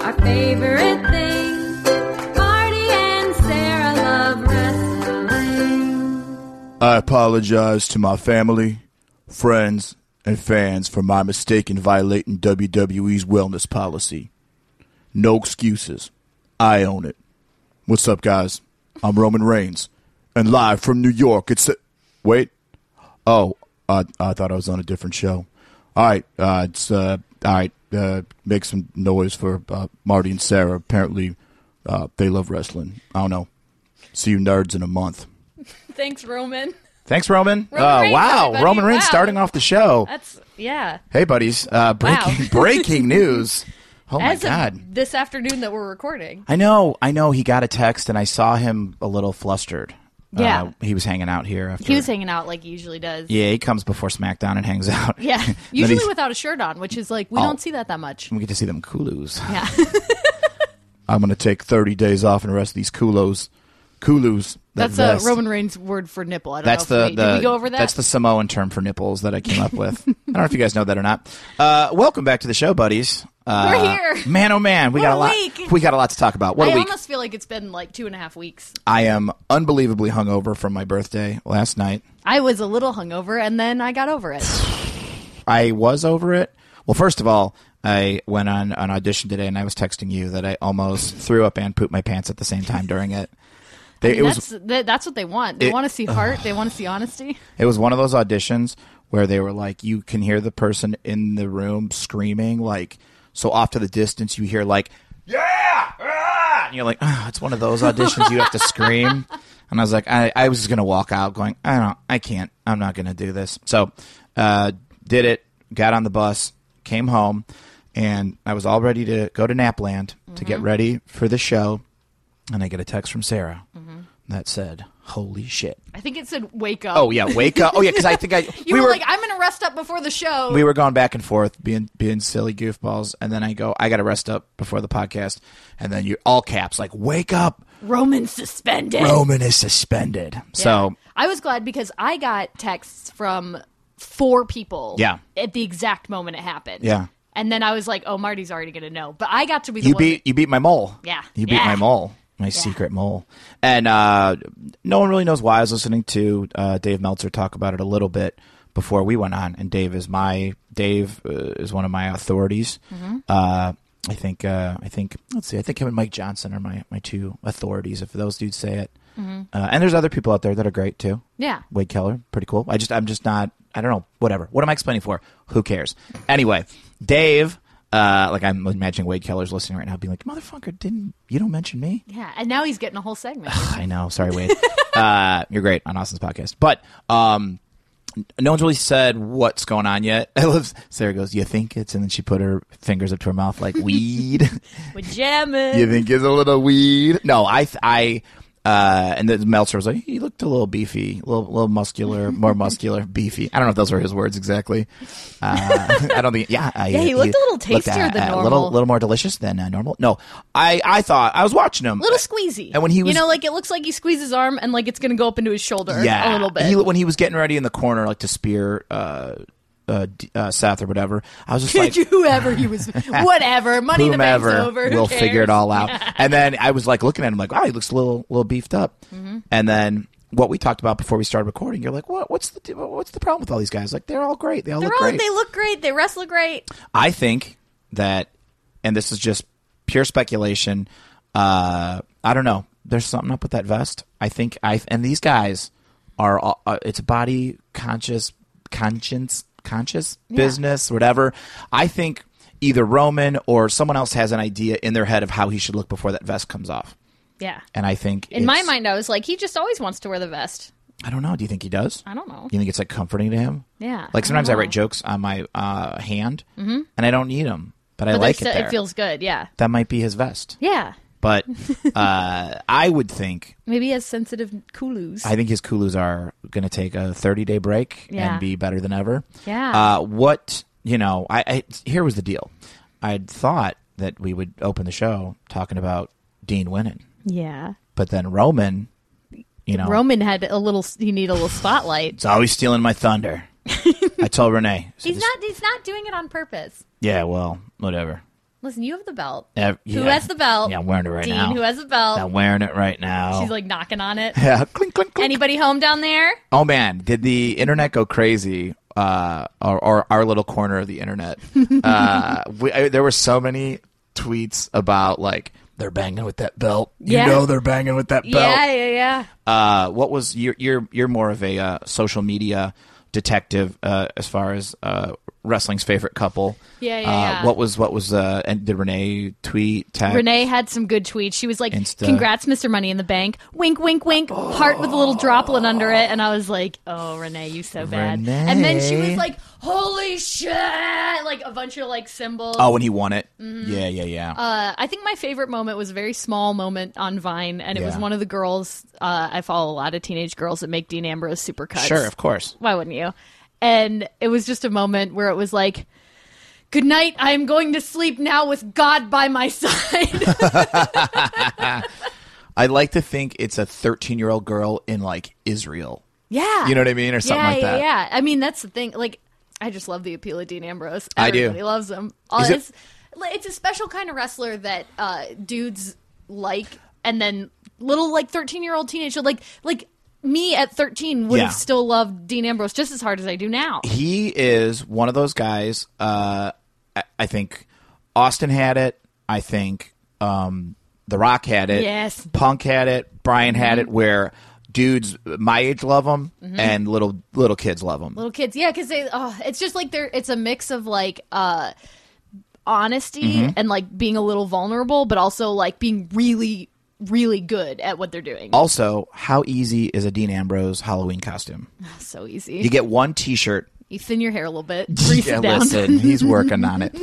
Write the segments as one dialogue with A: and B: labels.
A: favorite thing. Marty and Sarah love wrestling.
B: I apologize to my family, friends, and fans for my mistake in violating WWE's wellness policy. No excuses. I own it. What's up, guys? I'm Roman Reigns, and live from New York. It's a- wait. Oh, I I thought I was on a different show. All right, uh, it's uh, all right. Uh, make some noise for uh, Marty and Sarah. Apparently, uh, they love wrestling. I don't know. See you nerds in a month.
C: Thanks, Roman.
B: Thanks, Roman.
C: Roman
B: uh,
C: Reigns,
B: wow,
C: everybody.
B: Roman Reigns
C: Wow.
B: starting off the show.
C: That's yeah.
B: Hey, buddies! Uh, breaking
C: Wow.
B: breaking news. Oh my
C: As
B: god!
C: of this afternoon that we're recording.
B: I know, I know. He got a text, and I saw him a little flustered.
C: Yeah.
B: uh, he was hanging out here. After,
C: He was hanging out like he usually does.
B: Yeah, he comes before SmackDown and hangs out.
C: Yeah.
B: Then
C: Usually
B: he's- Oh.
C: without a shirt on, which is like we don't see that that much.
B: we get to see them cooloos.
C: Yeah.
B: I'm gonna take 30 days off and rest these coolos. Cooloos. that
C: That's a
B: vest.
C: Roman Reigns word for nipple. I don't
B: That's
C: know.
B: the,
C: if we,
B: the
C: Oh, did we go over that?
B: That's the Samoan term for nipples that I came up with. I don't know if you guys know that or not. Uh, welcome back to the show, buddies. Uh,
C: We're here.
B: man. Oh man, we
C: What
B: got
C: a
B: a lot.
C: week.
B: We got a lot to talk about. What a
C: I
B: week!
C: almost feel like it's been like two and a half weeks.
B: I am unbelievably hungover from my birthday last night.
C: I was a little hungover, and then I got over it.
B: I was over it. Well, first of all, I went on an audition today, and I was texting you that I almost threw up and pooped my pants at the same time during it. They, it was
C: that's th- that's what they want. They
B: It-
C: want to see heart. they want to see honesty.
B: It was one of those auditions where they were like, you can hear the person in the room screaming, like, so off to the distance, you hear, like, yeah, ah!" and you're like, oh, it's one of those auditions you have to scream. And I was like, I, I was just going to walk out going, I don't, I can't, I'm not going to do this. So, uh, did it, got on the bus, came home, and I was all ready to go to Napland to get ready for the show. And I get a text from Sarah that said, holy shit.
C: I think it said wake up.
B: Oh yeah, wake up. Oh yeah, because I think I
C: you
B: we
C: were,
B: were
C: like, I'm gonna rest up before the show.
B: we were going back and forth, being being silly goofballs, and then I go, I got to rest up before the podcast, and then you all caps like, wake up,
C: Roman suspended.
B: Roman is suspended. So
C: I was glad because I got texts from four people.
B: Yeah.
C: At the exact moment it happened.
B: Yeah.
C: And then I was like, oh, Marty's already gonna know. But I got to be the
B: you
C: one.
B: beat you beat my mole.
C: Yeah.
B: you beat
C: Yeah.
B: my mole, my secret mole, and uh, no one really knows why. I was listening to uh, Dave Meltzer talk about it a little bit before we went on, and Dave is my Dave uh, is one of my authorities.
C: Mm-hmm.
B: Uh, I think uh, I think let's see, I think him and Mike Johnson are my my two authorities. If those dudes say it, uh, and there's other people out there that are great too.
C: Mm-hmm. yeah.
B: Wade Keller, pretty cool. I just, I'm just not, I don't know, whatever. What am I explaining for? Who cares? Anyway, Dave, uh, like I'm imagining Wade Keller's listening right now, being like, motherfucker, didn't you don't mention me?
C: Yeah. And now he's getting a whole segment.
B: I know, sorry, Wade. uh, you're great on Austin's podcast, but um, no one's really said what's going on yet. I love Sarah goes, you think it's, and then she put her fingers up to her mouth like weed.
C: With jamming.
B: You think it's a little weed? No, I, th- I, uh, and then Meltzer was like, he looked a little beefy, a little, little muscular, more muscular, beefy. I don't know if those were his words exactly. Uh, I don't think, yeah. I, uh,
C: Yeah, he looked a little tastier than
B: A little,
C: normal.
B: little more delicious than uh, normal. No, I, I thought, I was watching him.
C: little squeezy.
B: And when he was-
C: you know, like it looks like he squeezed his arm and like it's gonna go up into his shoulder a
B: yeah,
C: little bit.
B: He, when he was getting ready in the corner, like to spear, uh, uh, D- uh, Seth or whatever, I was just like,
C: whoever he was, whatever. Money in the bank's
B: whomever
C: over. Who
B: we'll
C: cares?
B: figure it all out. and then I was like looking at him like, oh, he looks a little little beefed up.
C: Mm-hmm.
B: And then what we talked about before we started recording, you're like, what? What's the what's the problem with all these guys? Like they're all great. They all
C: They're
B: look
C: all,
B: great.
C: They look great. They wrestle great.
B: I think that, and this is just pure speculation. Uh, I don't know. There's something up with that vest. I think I and these guys are. all- Uh, it's body conscious, conscience, conscious business, whatever. I think either Roman or someone else has an idea in their head of how he should look before that vest comes off.
C: Yeah.
B: And I think
C: In my
B: it's-
C: mind, I was like, he just always wants to wear the vest.
B: I don't know. Do you think he does?
C: I don't know.
B: You think it's like comforting to him?
C: Yeah, I
B: Like
C: don't
B: sometimes I,
C: know. Mm-hmm.
B: write jokes on my uh, hand, and I don't need them, but, I
C: But
B: like it.
C: there's-
B: There.
C: it feels good. Yeah.
B: that might be his vest.
C: Yeah.
B: But uh, I would think
C: Maybe he has sensitive cooloos.
B: I think his Kulus are going to take a 30 day break
C: Yeah.
B: and be better than ever.
C: Yeah.
B: Uh, what you know? I, I here was the deal. I'd thought that we would open the show talking about Dean winning,
C: yeah.
B: but then Roman, you know,
C: Roman had a little. He need a little spotlight.
B: it's always stealing my thunder. I told Renee, I said,
C: he's not. He's not doing it on purpose.
B: Yeah, well, whatever.
C: Listen, you have the belt.
B: Ev-
C: Who
B: yeah.
C: has the belt?
B: Yeah, I'm wearing it right
C: Dean,
B: now.
C: who has the belt?
B: I'm wearing it right now.
C: She's like knocking on it.
D: Yeah, clink, clink, clink.
C: Anybody home down there?
B: oh man, did the internet go crazy? Uh, or, or our little corner of the internet? uh, we, I, there were so many tweets about like they're banging with that belt.
C: Yeah.
B: You know they're banging with that belt.
C: Yeah, yeah, yeah.
B: uh, what was you're you're you're more of a uh, social media detective uh, as far as uh, wrestling's favorite couple.
C: Yeah, yeah,
B: Uh,
C: yeah.
B: What was what was uh, and did Renee tweet tag?
C: Renee had some good tweets. She was like,
B: Insta.
C: "Congrats, Mr. Money in the Bank." Wink, wink, wink. Heart with a little droplet under it, and I was like, "Oh, Renee, you so bad."
B: Renee.
C: And then she was like, "Holy shit!" Like a bunch of like symbols.
B: Oh, and he won it. Yeah, yeah, yeah.
C: Mm-hmm. Uh, I think my favorite moment was a very small moment on Vine, and it was
B: Yeah.
C: one of the girls. Uh, I follow a lot of teenage girls that make Dean Ambrose supercuts.
B: sure, of course.
C: Why wouldn't you? And it was just a moment where it was like, "Good night. I am going to sleep now with God by my side."
B: I like to think it's a 13 year old girl in like Israel.
C: yeah,
B: You know what I mean, or something
C: yeah,
B: like
C: yeah,
B: that.
C: yeah. I mean, that's the thing. Like, I just love the appeal of Dean Ambrose.
B: I do.
C: Everybody loves him. All
B: Is it-
C: it's, like, it's a special kind of wrestler that uh, dudes like, and then little like thirteen year old teenager like like me at thirteen would
B: Yeah. E
C: have still loved Dean Ambrose just as hard as I do now.
B: He is one of those guys. Uh, I, I think Austin had it. I think um, The Rock had it.
C: Yes. Mm-hmm.
B: Punk had it. Brian had it. Where dudes my age love him, and little little kids love him.
C: Little kids, yeah, because they. Oh, it's just like they're. It's a mix of like. uh honesty
B: Mm-hmm.
C: and like being a little vulnerable but also like being really really good at what they're doing
B: also, how easy is a Dean Ambrose Halloween costume?
C: so easy
B: You get one T-shirt.
C: You thin your hair a little bit. Grease
B: yeah,
C: it down.
B: listen, he's working on it.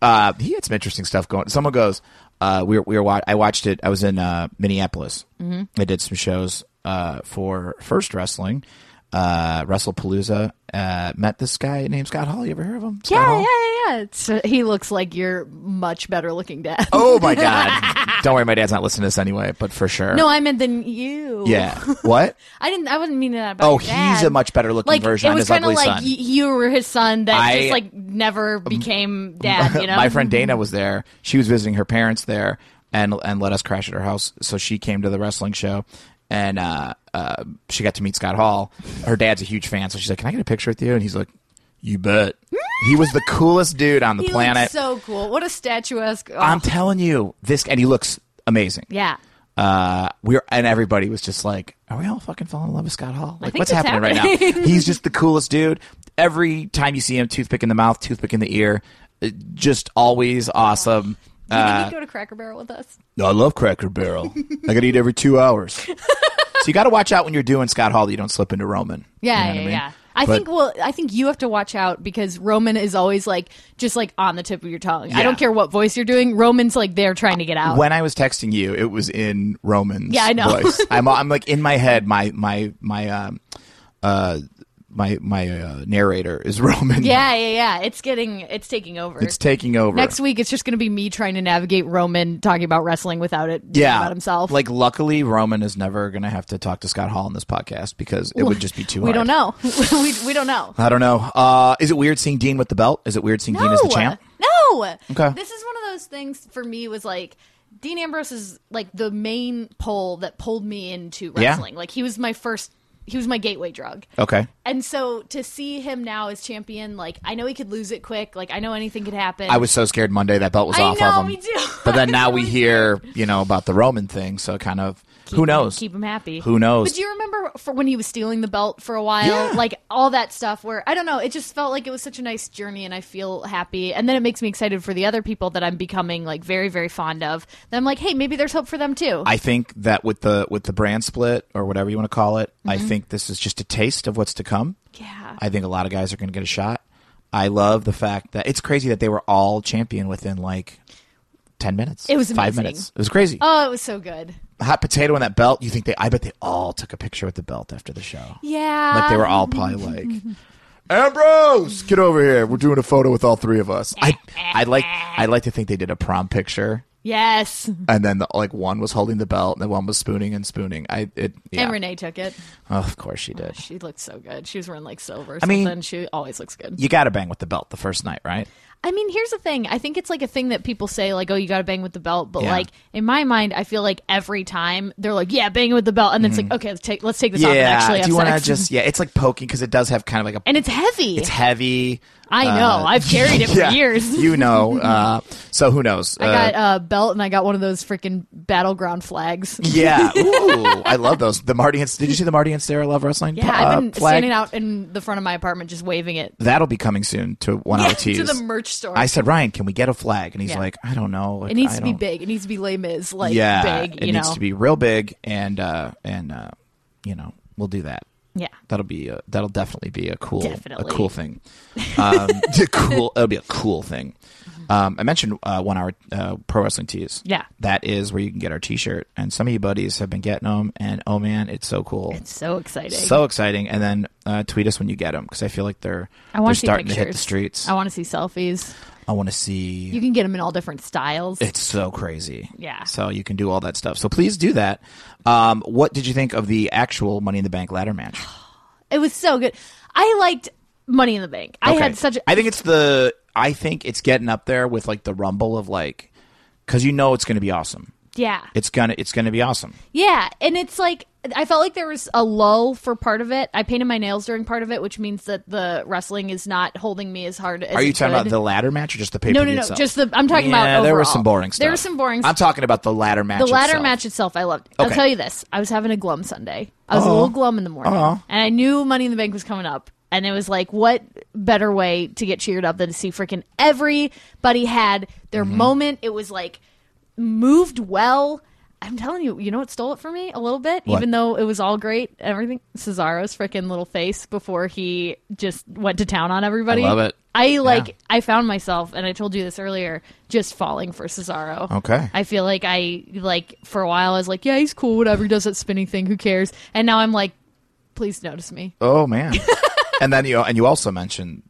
B: Uh, he had some interesting stuff going. Someone goes, uh, we were, we were wa- I watched it. I was in uh, Minneapolis.
C: Mm-hmm.
B: I did some shows uh, for First Wrestling, uh, Wrestlepalooza. Uh, met this guy named Scott Hall. You ever heard of him? Scott
C: yeah,
B: Hall?
C: yeah, yeah, yeah. So he looks like your much better looking dad.
B: Oh my god! Don't worry, my dad's not listening to this anyway. But for sure,
C: No, I meant than you.
B: yeah. What?
C: I didn't. I wasn't meaning that about.
B: Oh,
C: your dad.
B: he's a much better looking
C: like
B: version
C: it
B: of
C: was
B: his
C: kind of
B: ugly
C: like
B: son.
C: y- you were his son that
B: I- um,
C: just like never became dad. You know,
B: my friend Dana was there. She was visiting her parents there, and and let us crash at her house. So she came to the wrestling show, and uh, uh, she got to meet Scott Hall. Her dad's a huge fan, so she's like, "Can I get a picture with you?" And he's like, "You bet." he was the coolest dude on the
C: He
B: planet.
C: looks so cool. What a statuesque. Oh,
B: I'm telling you, this and he looks amazing.
C: yeah.
B: Uh, we're and everybody was just like, "Are we all fucking falling in love with Scott Hall? Like,
C: think
B: what's
C: that's
B: happening, right now?"
C: happening.
B: He's just the coolest dude. Every time you see him, toothpick in the mouth, toothpick in the ear, uh, just always awesome.
C: You think
B: Uh,
C: he'd go to Cracker Barrel with us?
D: I love Cracker Barrel. I gotta eat every two hours.
B: so you got to watch out when you're doing Scott Hall that you don't slip into Roman.
C: Yeah,
B: You know what
C: yeah,
B: I mean?
C: yeah. I
B: But-
C: think well, I think you have to watch out because Roman is always like just like on the tip of your tongue. I
B: Yeah.
C: don't care what voice you're doing. Roman's like there trying to get out.
B: When I was texting you, it was in Roman's.
C: Yeah, I know.
B: Voice. I'm, I'm like in my head. My my my um, uh, my my uh, narrator is Roman.
C: yeah, yeah, yeah. It's getting it's taking over.
B: it's taking over
C: Next week, it's just going to be me trying to navigate Roman talking about wrestling without it. being
B: yeah
C: about himself.
B: Like, luckily, Roman is never going to have to talk to Scott Hall in this podcast because it would just be too.
C: we don't
B: hard.
C: know. we, we don't know.
B: I don't know. Uh, is it weird seeing Dean with the belt? Is it weird seeing Dean as the champ?
C: No.
B: Okay.
C: This is one of those things for me was like Dean Ambrose is like the main pull that pulled me into
B: Yeah.
C: wrestling. Like he was my first. He was my gateway drug.
B: Okay.
C: And so to see him now as champion, like I know he could lose it quick. Like I know anything could happen.
B: I was so scared Monday that belt was
C: I
B: off
C: know,
B: of him.
C: me too.
B: But then
C: I
B: now we
C: really
B: hear, you know, about the Roman thing, so it kind of who knows?
C: Keep him happy.
B: Who knows?
C: But do you remember for when he was stealing the belt for a while?
B: Yeah.
C: Like all that stuff where I don't know, it just felt like it was such a nice journey and I feel happy. And then it makes me excited for the other people that I'm becoming like very, very fond of. Then I'm like, hey, maybe there's hope for them too.
B: I think that with the with the brand split or whatever you want to call it, I think this is just a taste of what's to come.
C: Mm-hmm. yeah.
B: I think a lot of guys are going to get a shot. I love the fact that it's crazy that they were all champion within like 10 minutes.
C: It was
B: 5
C: amazing.
B: minutes. It was crazy.
C: oh, it was so good.
B: Hot potato in that belt. You think they I bet they all took a picture with the belt after the show.
C: Yeah.
B: Like they were all probably like
D: Ambrose, get over here. We're doing a photo with all three of us.
B: I I like I like to think they did a prom picture
C: Yes.
B: and then the, like one was holding the belt and the one was spooning and spooning. I it yeah.
C: And Renee took it.
B: Oh, of course she did.
C: She looked so good. She was wearing like silver or
B: mean-
C: something. she always looks good.
B: You got to bang with the belt the first night, right?
C: I mean, here's the thing. I think it's like a thing that people say, like, "Oh, you got to bang with the belt," but
B: Yeah.
C: like in my mind, I feel like every time they're like, "Yeah, bang with the belt," and then it's like, "Okay, let's take let's take this off." And actually,
B: Mm-hmm. do you
C: want
B: want to just yeah? It's like poking because it does have kind of like a
C: And it's heavy.
B: it's heavy. Uh,
C: I know. I've carried it for
B: yeah, Uh,
C: years.
B: you know. Uh, so who knows?
C: I got uh, a belt and I got one of those freaking battleground flags.
B: yeah, Ooh, I love those. The Marty and did you see the Marty and Sarah Love Wrestling?
C: Yeah, I've been
B: uh, flag?
C: standing out in the front of my apartment just waving it
B: That'll be coming soon to one hour tees.
C: to the merch store.
B: Oh, I said, Ryan, can we get a flag? And he's
C: Yeah.
B: like, I don't know. Like,
C: it needs
B: I
C: to be
B: don't-
C: big. It needs to be Les Mis, like
B: yeah,
C: big.
B: it
C: you
B: needs
C: know,
B: to be real big, and uh, and uh, you know, we'll do that.
C: yeah.
B: That'll be a, that'll definitely be a cool
C: Definitely.
B: a cool thing. Um, a cool. It'll be a cool thing. Um, I mentioned uh, one hour uh, pro wrestling tees.
C: Yeah.
B: that is where you can get our T-shirt, and some of you buddies have been getting them, and oh man, it's so cool.
C: It's so exciting.
B: so exciting, and then uh, tweet us when you get them because I feel like they're
C: I
B: they're
C: want to see
B: starting
C: pictures.
B: to hit the streets.
C: I want to see selfies.
B: I want to see
C: You can get them in all different styles.
B: It's so crazy.
C: Yeah.
B: So you can do all that stuff. So please do that. Um, what did you think of the actual Money in the Bank ladder match?
C: It was so good. I liked Money in the Bank. I
B: Okay.
C: had such. A,
B: I think it's the. I think it's getting up there with like the rumble of like, because you know it's going to be awesome.
C: yeah,
B: It's gonna. It's going to be awesome.
C: yeah, and it's like I felt like there was a lull for part of it. I painted my nails during part of it, which means that the wrestling is not holding me as hard. as
B: Are you
C: it
B: talking
C: could.
B: about the ladder match or just the paper?
C: No, no, no, just the- I'm talking about
B: there was
C: overall.
B: some boring stuff.
C: There was some boring
B: I'm
C: stuff.
B: talking about the ladder match.
C: The ladder
B: itself.
C: match itself, I loved. I'll
B: Okay.
C: tell you this: I was having a glum Sunday. I was a little glum in the morning,
B: Oh.
C: and I knew Money in the Bank was coming up. And it was like, what better way to get cheered up than to see freaking everybody had their
B: Mm-hmm.
C: moment? It was like moved well. I'm telling you, you know what stole it for me a little bit,
B: What?
C: even though it was all great. Everything Cesaro's freaking little face before he just went to town on everybody.
B: I love it.
C: I like.
B: Yeah.
C: I found myself, and I told you this earlier, just falling for Cesaro.
B: Okay.
C: I feel like I like for a while I was like, yeah, he's cool, whatever. He does that spinning thing, who cares? And now I'm like, please notice me.
B: Oh man. and then you and you also mentioned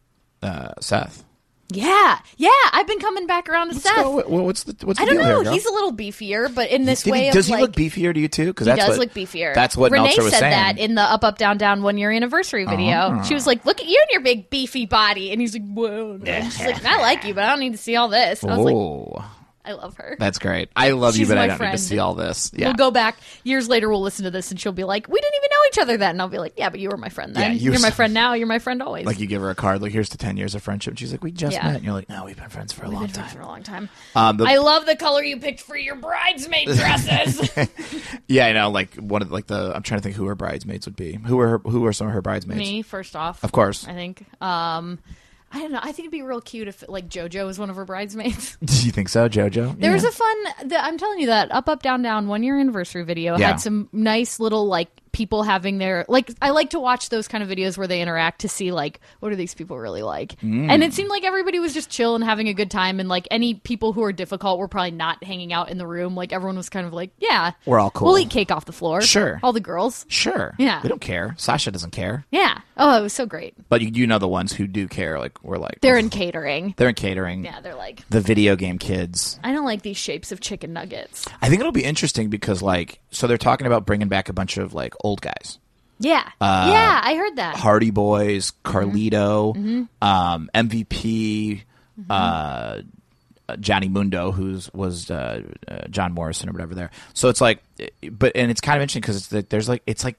B: uh, Seth.
C: Yeah, yeah. I've been coming back around to Seth.
B: So, what- what's the what's the
C: I don't
B: deal here,
C: know.
B: girl?
C: he's a little beefier, but in this
B: Did he-
C: way,
B: does
C: of,
B: he
C: like,
B: look beefier to you too? Because
C: He
B: that's
C: does
B: what,
C: look beefier.
B: That's what
C: Renee
B: Meltzer was
C: said
B: saying.
C: that in the up up down down one year anniversary video.
B: Uh-huh.
C: She was like, "Look at you and your big beefy body," and he's like, "Whoa!" And she's like, "I like you, but I don't need to see all this." And I was like,
B: oh,
C: "I love her."
B: that's great. I love you,
C: She's
B: but
C: my
B: I don't need
C: friend.
B: to see all this. Yeah,
C: We'll go back years later. We'll listen to this, and she'll be like, "We didn't even know each other then." And I'll be like, "Yeah, but you were my friend then.
B: Yeah, you
C: you are
B: were-
C: my friend now. You're my friend always."
B: like you give her a card. Like here's to ten years of friendship. And she's like, we just
C: Yeah.
B: met, and you're like, no, we've been friends for a long
C: Been friends
B: time.
C: for a long time.
B: Um, the-
C: I love the color you picked for your bridesmaid dresses.
B: Yeah, I know. Like one of like the I'm trying to think who her bridesmaids would be. Who were her, who were some of her bridesmaids?
C: Me first off,
B: Of course.
C: I think. Um, I don't know. I think it'd be real cute if like JoJo was one of her bridesmaids.
B: Do you think so, JoJo?
C: There was
B: Yeah.
C: a fun. The, I'm telling you that up, up, down, down one year anniversary video
B: Yeah.
C: had some nice little like people having their like. I like to watch those kind of videos where they interact to see like what are these people really like.
B: Mm.
C: And it seemed like everybody was just chill and having a good time. And like any people who are difficult were probably not hanging out in the room. Like everyone was kind of like, yeah,
B: We're all cool.
C: We'll eat cake off the floor.
B: Sure.
C: all the girls.
B: sure.
C: Yeah.
B: we don't care. Sasha doesn't care,
C: Yeah. Oh, it was so great.
B: but you, you know the ones who do care. Like we're like
C: They're in catering.
B: they're in catering.
C: Yeah, they're like,
B: The video game kids.
C: I don't like these shapes of chicken nuggets.
B: I think it'll be interesting because like so they're talking about bringing back a bunch of like old guys.
C: Yeah,
B: Uh,
C: yeah, I heard that.
B: Hardy Boys, Carlito, Um, MVP, uh, Johnny Mundo, who's was uh, uh, John Morrison or whatever there. So it's like, eh, but and it's kind of interesting because it's like, there's like it's like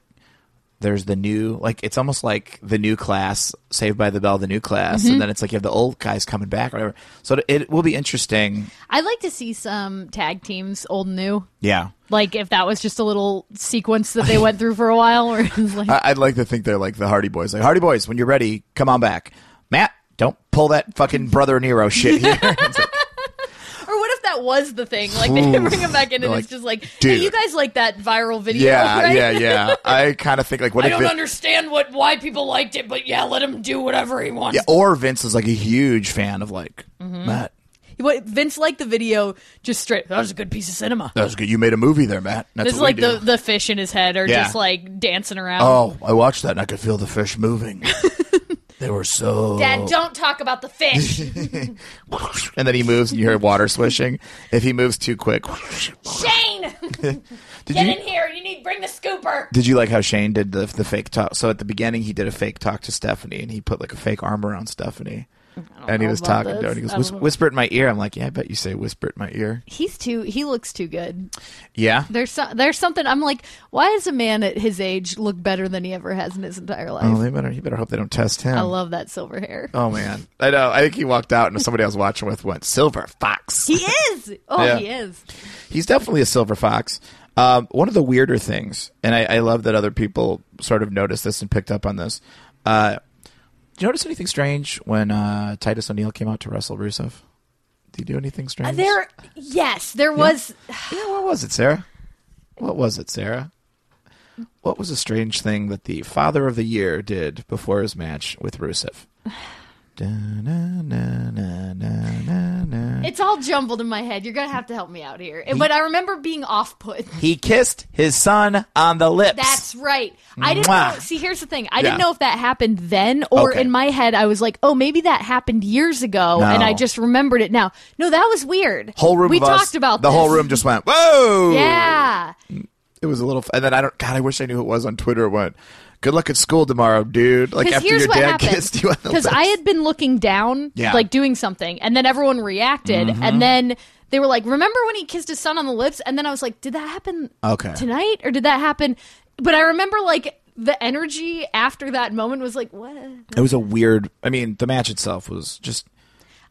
B: there's the new like it's almost like the new class Saved by the Bell, the new class, and then it's like you have the old guys coming back or whatever. So it will be interesting.
C: I'd like to see some tag teams, old and new.
B: Yeah,
C: Like if that was just a little sequence that they went through for a while, or like,
B: I- I'd like to think they're like the Hardy Boys. Like Hardy Boys, when you're ready, come on back. Matt, don't pull that fucking brother Nero shit here. It's like,
C: or what if that was the thing? Like they
B: Ooh.
C: bring them back in, and
B: They're
C: it's
B: like,
C: just like, hey,
B: "Dude."
C: you guys like that viral video?
B: yeah,
C: right?
B: yeah, yeah. I kind of think like what
E: I
B: if
E: don't
B: Vin-
E: understand what why people liked it, but yeah, let him do whatever he wants.
B: yeah, oh. or Vince is like a huge fan of like
E: Mm-hmm.
B: Matt.
C: What Vince liked the video just straight.
E: That was a good piece of cinema.
B: That was good. You made a movie there, Matt. That's
C: This is
B: what
C: like
B: we do.
C: the the fish in his head, or
B: Yeah.
C: just like dancing around.
B: Oh, I watched that and I could feel the fish moving. they were so.
C: Dad, don't talk about the fish.
B: And then he moves and you hear water swishing. If he moves too quick,
E: Shane,
B: did
E: get
B: you
E: in here. You need bring the scooper.
B: Did you like how Shane did the the fake talk? So at the beginning, he did a fake talk to Stephanie, and he put like a fake arm around Stephanie, and he
C: know
B: was
C: about
B: talking to
C: this.
B: her. And he goes,
C: I
B: "Whis-
C: don't know."
B: "Whisper it in my ear." I'm like, "Yeah, I bet you say whisper it in my ear."
C: He's too. He looks too good.
B: Yeah,
C: There's so, there's something. I'm like, why does a man at his age look better than he ever has in his entire life?
B: Oh, they better. You better hope they don't test him.
C: I love that silver hair.
B: Oh man, I know. I think he walked out, and somebody I was watching with went silver fox.
C: He is. Oh,
B: Yeah.
C: he is.
B: He's definitely a silver fox. Um, one of the weirder things, and I, I love that other people sort of noticed this and picked up on this. Uh, do you notice anything strange when uh, Titus O'Neil came out to wrestle Rusev? Did he do anything strange?
C: Uh, There. Yes, there was.
B: Yeah, what was it, Sarah? What was it, Sarah? What was a strange thing that the father of the year did before his match with Rusev? Da-na-na-na-na-na-na.
C: It's all jumbled in my head. You're gonna have to help me out here. But I remember being off put.
B: He kissed his son on the lips.
C: That's right. I didn't
B: Mwah.
C: know. See, here's the thing. I
B: Yeah.
C: didn't know if that happened then or
B: Okay.
C: in my head I was like, "Oh, maybe that happened years ago and
B: No.
C: I just remembered it now." No, that was weird.
B: whole room.
C: We
B: of us-
C: talked about
B: the
C: this.
B: whole room. Just went whoa.
C: Yeah.
B: it was a little. And then I don't. God, I wish I knew who it was on Twitter. It Went good luck at school tomorrow, dude. Like
C: Because
B: after
C: here's
B: your
C: what
B: dad
C: happened.
B: kissed you on the
C: Because
B: lips.
C: I had been looking down,
B: Yeah. Mm-hmm.
C: like doing something, and then everyone reacted, and then they were like, "Remember when he kissed his son on the lips?" And then I was like, "Did that happen
B: Okay.
C: tonight, or did that happen?" But I remember like the energy after that moment was like, "What?"
B: It was a weird. I mean, the match itself was just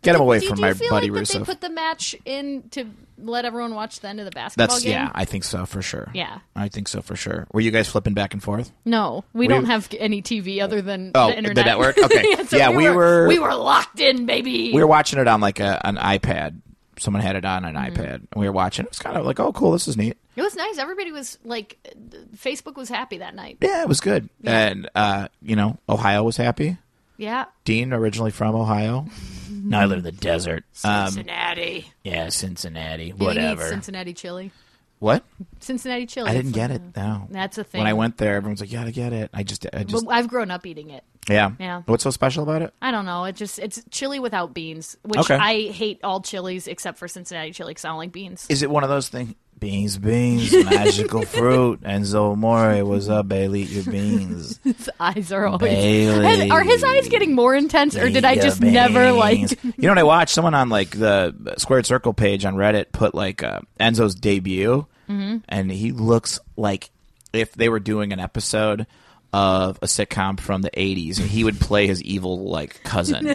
B: get him away
C: Did
B: from
C: you
B: my
C: feel
B: buddy
C: like that
B: Rusev.
C: they put the match in to let everyone watch the end of the basketball
B: That's
C: game?
B: yeah. I think so for sure.
C: Yeah.
B: I think so for sure. Were you guys flipping back and forth?
C: No, we, don't have any TV other than
B: Oh,
C: the
B: the
C: internet.
B: network? Okay.
C: so
B: Yeah, we were-
C: we were locked in, baby.
B: We were watching it on like a, an iPad. Someone had it on an
C: Mm-hmm.
B: iPad, and we were watching. It was kind of like, oh, cool. This is neat.
C: It was nice. Everybody was like, th- Facebook was happy that night.
B: Yeah, it was good. And uh, you know, Ohio was happy.
C: Yeah.
B: Dean originally from Ohio.
C: Mm-hmm.
B: now I live in the desert. Um,
E: Cincinnati.
B: yeah, Cincinnati.
C: Do we need
B: Whatever.
C: Cincinnati chili.
B: what?
C: Cincinnati chili.
B: I
C: It's
B: didn't
C: like-
B: get it. No.
C: That's a thing.
B: When I went there, everyone's like, "You gotta get it." I just, I just,
C: But I've grown up eating it.
B: yeah.
C: Yeah.
B: What's so special about it?
C: I don't know. It just it's chili without beans, which
B: Okay.
C: I hate all chilies except for Cincinnati chili because I don't like beans.
B: Is it one of those things? Beans, beans, magical fruit. Enzo Amore, what's up, Bailey? Eat your beans.
C: His eyes are always.
B: Bailey.
C: Oh, Are his eyes getting more intense, or did I
B: Eat your
C: just never like?
B: beans. You know what I watched? Someone on like the Squared Circle page on Reddit put like uh, Enzo's debut,
C: Mm-hmm.
B: and he looks like if they were doing an episode of a sitcom from the '80s, and he would play his evil like cousin.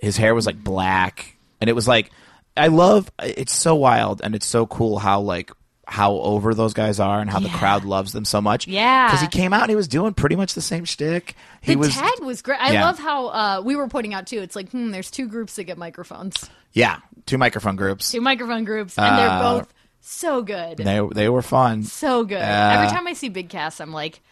B: his hair was like black and it was like i love it's so wild and it's so cool how like how over those guys are and how the
C: Yeah.
B: crowd loves them so much.
C: Yeah.
B: because he came out and he was doing pretty much the same shtick. He
C: The
B: was,
C: tag was great. I
B: Yeah.
C: love how uh, we were pointing out too. It's like, hmm, there's two groups that get microphones,
B: yeah, two microphone groups.
C: two microphone groups, and they're
B: Uh,
C: both so good.
B: They they were fun.
C: so good. Every time I see Big Cass, I'm like,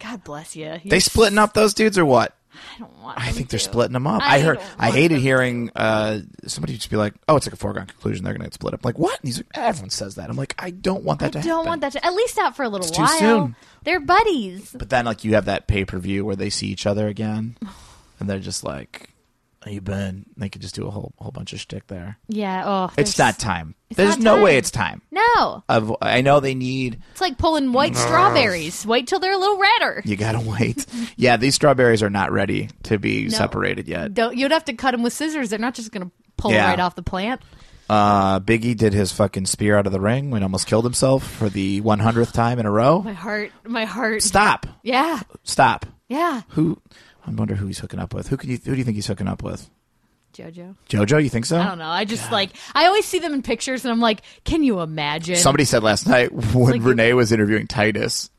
C: God bless you.
B: Uh, They splitting up those dudes or what?
C: I don't want.
B: I
C: them
B: think they're
C: to.
B: splitting them up. I,
C: I
B: heard.
C: don't
B: I
C: want
B: hated
C: them
B: hearing uh, somebody just be like, "Oh, it's like a foregone conclusion. They're going to split up." Like what? And he's like, "Everyone says that." I'm like, I don't want that
C: I
B: to happen.
C: don't want that to. At least not for a little
B: It's too
C: while.
B: soon.
C: They're buddies.
B: But then, like, you have that pay per view where they see each other again, and they're just like, "How you been?" They could just do a whole whole bunch of shtick there.
C: Yeah. Oh,
B: It's
C: there's-
B: not time.
C: It's
B: There's
C: not
B: no way
C: time.
B: it's time.
C: No,
B: I've, I know they need.
C: it's like pulling white strawberries. Wait till they're a little redder.
B: You gotta wait. yeah, these strawberries are not ready to be
C: No.
B: separated yet.
C: Don't. You'd have to cut them with scissors. They're not just gonna pull
B: Yeah.
C: right off the plant.
B: Uh, Biggie did his fucking spear out of the ring and almost killed himself for the 100th time in a row.
C: My heart. My heart.
B: Stop!
C: Yeah.
B: Stop!
C: Yeah.
B: Who? I wonder who he's hooking up with. Who can you? Who do you think he's hooking up with?
C: Jojo.
B: JoJo? You think so?
C: I don't know. I just like. I always see them in pictures, and I'm like, can you imagine?
B: Somebody said last night when
C: like you-
B: Renee was interviewing Titus,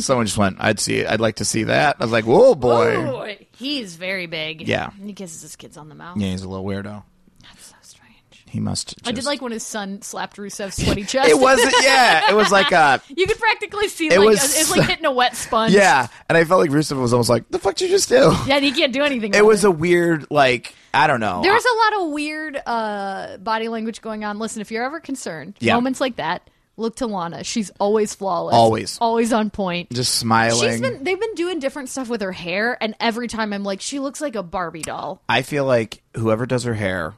B: someone just went, "I'd see it. I'd like to see that." I was like, "Whoa, boy!"
C: Boy, he's very big.
B: Yeah.
C: And he kisses his kids on the mouth.
B: Yeah, he's a little weirdo.
C: That's so strange.
B: He must. Just...
C: I did like when his son slapped Rusev's sweaty chest.
B: It wasn't. Yeah, it was like uh, a.
C: You could practically see
B: It
C: like
B: was-
C: a- it's like hitting a wet sponge.
B: Yeah, and I felt like Rusev was almost like, "The fuck did you just do?"
C: Yeah, and he can't do anything.
B: It
C: about
B: was a weird, like, I don't know.
C: There was a lot of weird uh, body language going on. Listen, if you're ever concerned,
B: Yeah.
C: moments like that, look to Lana. She's always flawless.
B: Always.
C: Always on point.
B: just smiling.
C: She's been they've been doing different stuff with her hair and every time I'm like she looks like a Barbie doll.
B: I feel like whoever does her hair,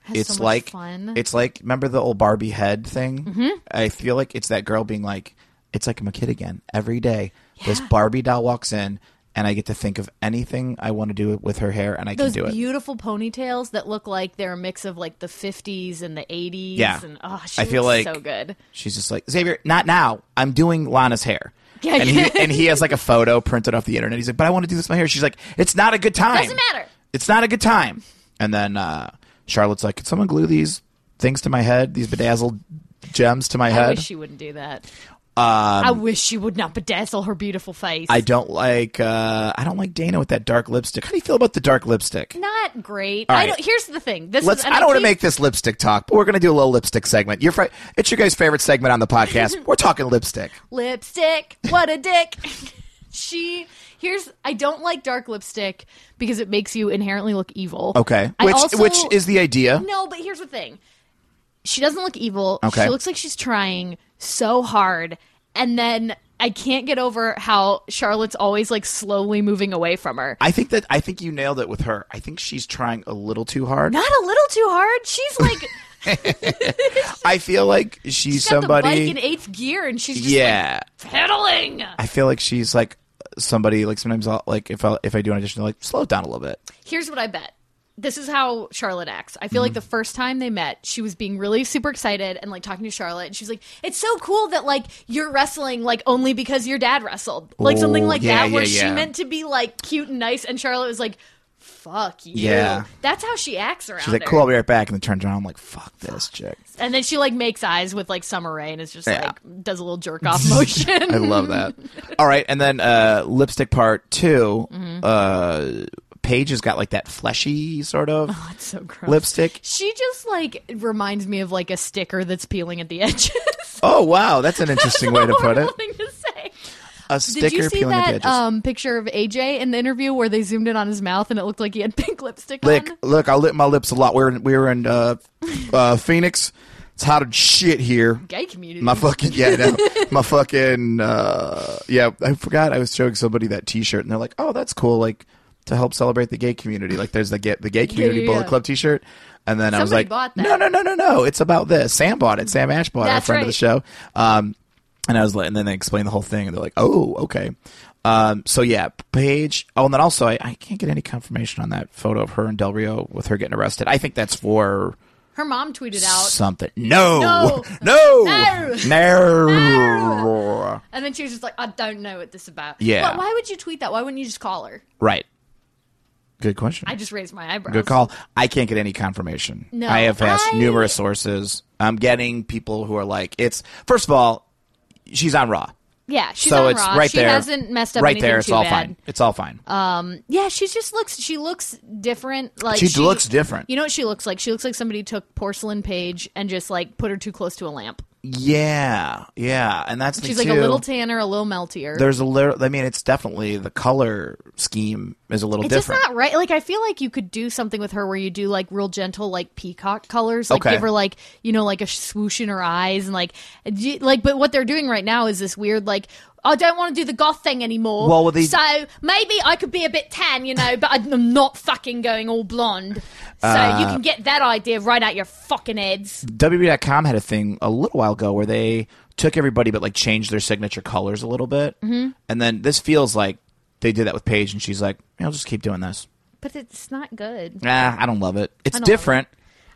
C: Has
B: it's
C: so much
B: like
C: fun.
B: it's like remember the old Barbie head thing. Mm-hmm. I feel like it's that girl being like, it's like I'm a kid again every day. This Barbie doll walks in. and I get to think of anything I want to do with her hair, and I
C: Those
B: can do it.
C: beautiful ponytails that look like they're a mix of like the 50s and the 80s.
B: Yeah.
C: And oh, she
B: I feel
C: looks
B: like-
C: so good.
B: She's just like Xavier. Not now. I'm doing Lana's hair.
C: Yeah,
B: and,
C: yeah.
B: he, and he has like a photo printed off the internet. He's like, "But I want to do this with my hair." She's like, "It's not a good time.
C: Doesn't matter.
B: It's not a good time." And then uh, Charlotte's like, "Could someone glue these things to my head? These bedazzled gems to my
C: I
B: head?" Um,
C: wish she wouldn't do that. I wish she would not bedazzle her beautiful face.
B: I don't like. Uh, I don't like Dana with that dark lipstick. How do you feel about the dark lipstick?
C: not great.
B: All
C: I
B: right.
C: don't. Here's the thing. This
B: Let's.
C: is.
B: I
C: and
B: don't want to
C: keep-
B: make this lipstick talk, but we're going to do a little lipstick segment. Your fri- it's your guys' favorite segment on the podcast. we're talking lipstick.
C: lipstick. What a dick. she here's I don't like dark lipstick because it makes you inherently look evil.
B: Okay,
C: I
B: which
C: also-
B: which is the idea?
C: No, but here's the thing. She doesn't look evil.
B: Okay.
C: She looks like she's trying so hard and then I can't get over how Charlotte's always like slowly moving away from her.
B: I think that I think you nailed it with her. I think she's trying a little too hard.
C: Not a little too hard. She's like
B: I feel like she's
C: she's got the bike
B: somebody.
C: in eighth gear and she's just
B: yeah,
E: Pedaling.
B: I feel like she's like somebody. Like sometimes, I'll, like if I if I do an audition, they're like slow it down a little bit.
C: here's what I bet. This is how Charlotte acts. I feel
B: Mm-hmm.
C: like the first time they met, she was being really super excited and like talking to Charlotte, and she was like, "It's so cool that like you're wrestling like only because your dad wrestled, like something
B: Oh,
C: like
B: yeah,
C: that, where
B: yeah,
C: she
B: yeah.
C: meant to be like cute and nice." And Charlotte was like, "Fuck you."
B: Yeah.
C: that's how she acts around.
B: She's like,
C: her.
B: cool, I'll be right back, and then turns around. I'm like, fuck this chick.
C: And then she like makes eyes with like Summer Rae and is just
B: Yeah.
C: like does a little jerk off motion.
B: I love that. All right, and then uh, lipstick part 2
C: Mm-hmm.
B: Uh, Paige has got like that fleshy sort of
C: It's so gross.
B: lipstick.
C: She just like reminds me of like a sticker that's peeling at the edges.
B: Oh wow, that's an interesting way to put it.
C: Horrible thing to say.
B: A
C: Did
B: sticker
C: you see
B: peeling at the
C: that
B: edges.
C: um, picture of AJ in the interview where they zoomed in on his mouth and it looked like he had pink lipstick
B: Look,
C: on?
B: look, I lit my lips a lot. We were in, we were in uh, uh, Phoenix. It's hot as shit here.
C: Gay community.
B: My fucking yeah, no, my fucking uh, yeah. I forgot I was showing somebody that T-shirt, and they're like, "Oh, that's cool!" Like to help celebrate the gay community. Like there's the gay, the gay community
C: yeah,
B: Bullet
C: yeah.
B: Club T-shirt, and then I was
C: Somebody
B: like,
C: bought that.
B: "No, no, no, no, no! It's about this." Sam bought it. Sam Ash bought it. A
C: That's
B: friend of the
C: right.
B: show. Um, and I was like, and then they explained the whole thing, and they're like, "Oh, okay." Um, so yeah, Paige. Oh, and then also, I, I can't get any confirmation on that photo of her and Del Rio with her getting arrested. I think that's for
C: Her mom tweeted out,
B: something. No,
C: No.
B: no,
C: No.
B: No.
C: and then she was just like, I don't know what this is about.
B: Yeah.
C: But why would you tweet that? Why wouldn't you just call her?
B: Right. Good question.
C: I just raised my eyebrows.
B: Good call. I can't get any confirmation.
C: No,
B: I have asked
C: I-
B: numerous sources. I'm getting people who are like, it's first of all, she's on Raw,
C: Yeah, she's
B: so
C: on
B: it's
C: Raw.
B: right
C: she
B: there.
C: hasn't messed up
B: Right
C: anything
B: there, it's
C: too
B: all
C: bad. Uh,
B: fine. It's all fine.
C: Yeah, she just looks. She looks different. Like
B: She looks different.
C: You know what she looks like? She looks like somebody took porcelain page and just like put her too close to a lamp.
B: yeah, yeah, and that's the
C: She's
B: thing,
C: like a
B: too.
C: little tanner, a little meltier.
B: There's a little. I mean, it's definitely the color scheme is a little
C: It's
B: different.
C: just not right. Like I feel like you could do something with her where you do like real gentle, like peacock colors, like
B: Okay.
C: give her like you know like a swoosh in her eyes and like d- like. But what they're doing right now is this weird like "Oh, I don't want to do the goth thing anymore.
B: Well, well, they-
C: so maybe I could be a bit tan, you know, but I'm not fucking going all blonde. So you
B: Uh,
C: can get that idea right out your fucking heads.
B: WB.com had a thing a little while ago where they took everybody but like changed their signature colors a little bit. Mm-hmm. And then this feels like they did that with Paige, and she's like, "Yeah, I'll just keep doing this.
C: But it's not good.
B: Nah, I don't love it. It's
C: don't
B: different.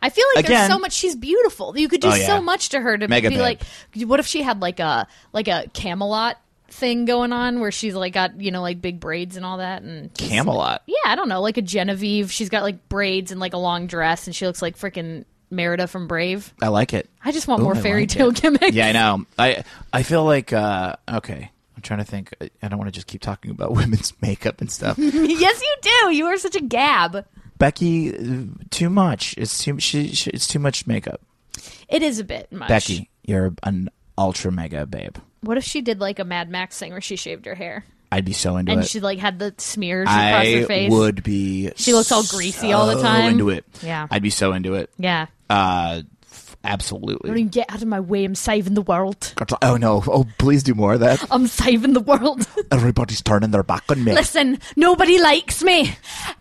C: I feel like
B: Again-
C: there's so much. She's beautiful. You could do
B: Oh, yeah.
C: so much to her to
B: Mega
C: be
B: babe.
C: like. What if she had like a like a Camelot thing going on where she's like got you know like big braids and all that and just-
B: Camelot.
C: Yeah, I don't know, like a Genevieve. She's got like braids and like a long dress, and she looks like freaking Merida from Brave.
B: I like it.
C: I just want
B: Ooh,
C: more
B: I
C: fairy
B: like
C: tale
B: it.
C: gimmicks.
B: Yeah, I know. I I feel like uh, okay. I'm trying to think. I- I don't want to just keep talking about women's makeup and stuff.
C: yes, you do. You are such a gab.
B: Becky, uh, too much. It's too she, she, It's too much makeup.
C: It is a bit much.
B: Becky, you're an ultra mega babe.
C: what if she did like a Mad Max thing where she shaved her hair
B: I'd be so into
C: and
B: it.
C: she like had the smears across
B: I
C: her face?
B: would be.
C: She looks all greasy all the
B: so
C: time.
B: Into it.
C: Yeah.
B: I'd be so into it.
C: Yeah.
B: Uh, f- absolutely.
C: Don't get out of my way. I'm saving the world.
B: Oh no! Oh please do more of that.
C: I'm saving the world.
B: Everybody's turning their back on me.
C: Listen, nobody likes me,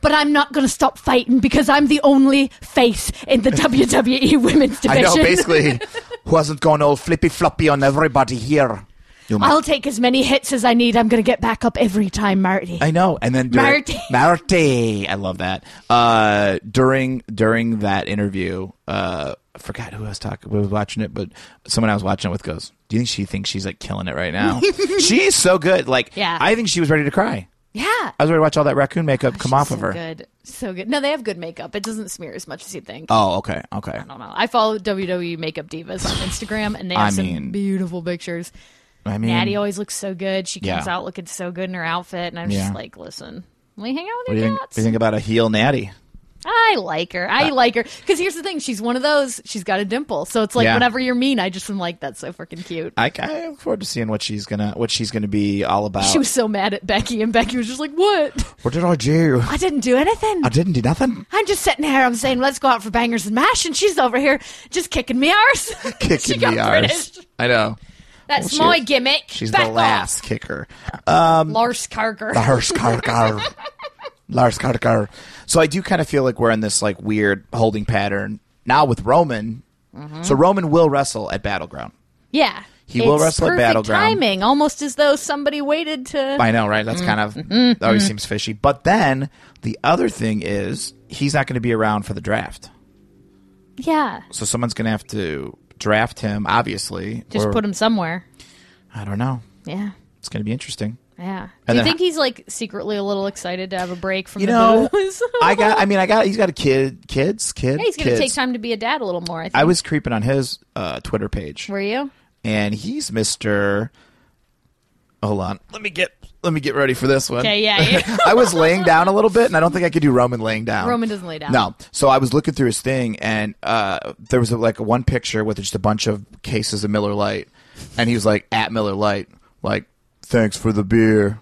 C: but I'm not going to stop fighting because I'm the only face in the WWE women's
B: I
C: division.
B: know. Basically, wasn't going all flippy floppy on everybody here. You'll
C: I'll take as many hits as I need. I'm gonna get back up every time, Marty.
B: I know. And then during,
C: Marty.
B: Marty. I love that. Uh, during during that interview, uh, I forgot who I was talking who was watching it, but someone I was watching it with goes, "Do you think she thinks she's like killing it right now? she's so good. Like,
C: Yeah.
B: I think she was ready to cry.
C: yeah.
B: I was ready to watch all that raccoon makeup come off
C: so
B: of her.
C: Good. So good. No, they have good makeup. It doesn't smear as much as you think.
B: Oh, okay, okay.
C: I don't know. I follow WWE makeup divas on Instagram, and they
B: I
C: have
B: mean-
C: some beautiful pictures.
B: I mean,
C: Natty always looks so good. She comes
B: Yeah.
C: out looking so good in her outfit, and I'm
B: Yeah.
C: just like, listen, we hang out
B: what
C: with
B: do you
C: your
B: think, what
C: cats.
B: do you think about a heel Natty?
C: I like her.
B: Uh,
C: I like her because here's the thing: she's one of those. She's got a dimple, so it's like
B: Yeah.
C: whenever you're mean, I just am like, that's so freaking cute.
B: I, I look forward to seeing what she's gonna what she's gonna be all about.
C: she was so mad at Becky, and Becky was just like, "What?
B: what did I do?
C: I didn't do anything.
B: I didn't do nothing.
C: I'm just sitting here. I'm saying, let's go out for bangers and mash, and she's over here just kicking me arse. she
B: Kicking
C: got
B: the arse.
C: British.
B: I know.
C: That's
B: Well,
C: my
B: she-
C: gimmick.
B: She's
C: Back
B: the
C: off,
B: last Um, kicker.
C: Lars Karger.
B: Lars Karkar. Lars Karkar. So I do kind of feel like we're in this like weird holding pattern now with Roman.
C: Mm-hmm.
B: So Roman will wrestle at Battleground.
C: Yeah.
B: He will
C: It's
B: wrestle at
C: perfect
B: Battleground.
C: Timing, almost as though somebody waited to.
B: I know, right? That's kind of
C: Mm-hmm.
B: that always seems fishy. But then the other thing is he's not going to be around for the draft.
C: Yeah.
B: So someone's going to have to draft him. Obviously,
C: Just
B: or-
C: put him somewhere.
B: I don't know.
C: Yeah.
B: It's going to be interesting.
C: Yeah. Do
B: And
C: you
B: then-
C: think he's like secretly a little excited to have a break from
B: You
C: the
B: know,
C: booze?
B: I got. I mean, I got. He's got a kid. Kids. Kids.
C: yeah, he's going to
B: kids.
C: take time to be a dad a little more, I think.
B: I was creeping on his uh, Twitter page.
C: Were you?
B: and he's Mister. Hold on, let me get let me get ready for this one.
C: Okay, yeah. yeah.
B: I was laying down a little bit, and I don't think I could do Roman laying down.
C: Roman doesn't lay down.
B: No, so I was looking through his thing, and uh, there was like one picture with just a bunch of cases of Miller Lite, and he was like at Miller Lite, like
D: Thanks for the beer.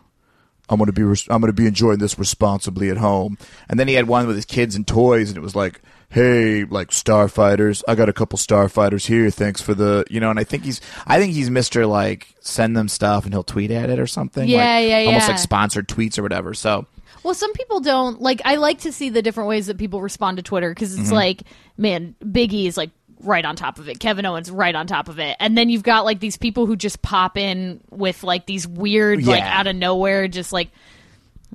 D: I'm gonna be res- I'm gonna be enjoying this responsibly at home.
B: And then he had one with his kids and toys, and it was like, "Hey, like starfighters, I got a couple starfighters here. Thanks for the, you know." And I think he's, I think he's Mister like send them stuff and he'll tweet at it or something.
C: Yeah,
B: like,
C: yeah,
B: Almost
C: yeah.
B: like sponsored tweets or whatever. So
C: Well, some people don't. Like, I like to see the different ways that people respond to Twitter because it's
B: Mm-hmm.
C: like, man, Biggie is like right on top of it. Kevin Owens right on top of it. And then you've got like these people who just pop in with like these weird, like
B: Yeah.
C: out of nowhere, just like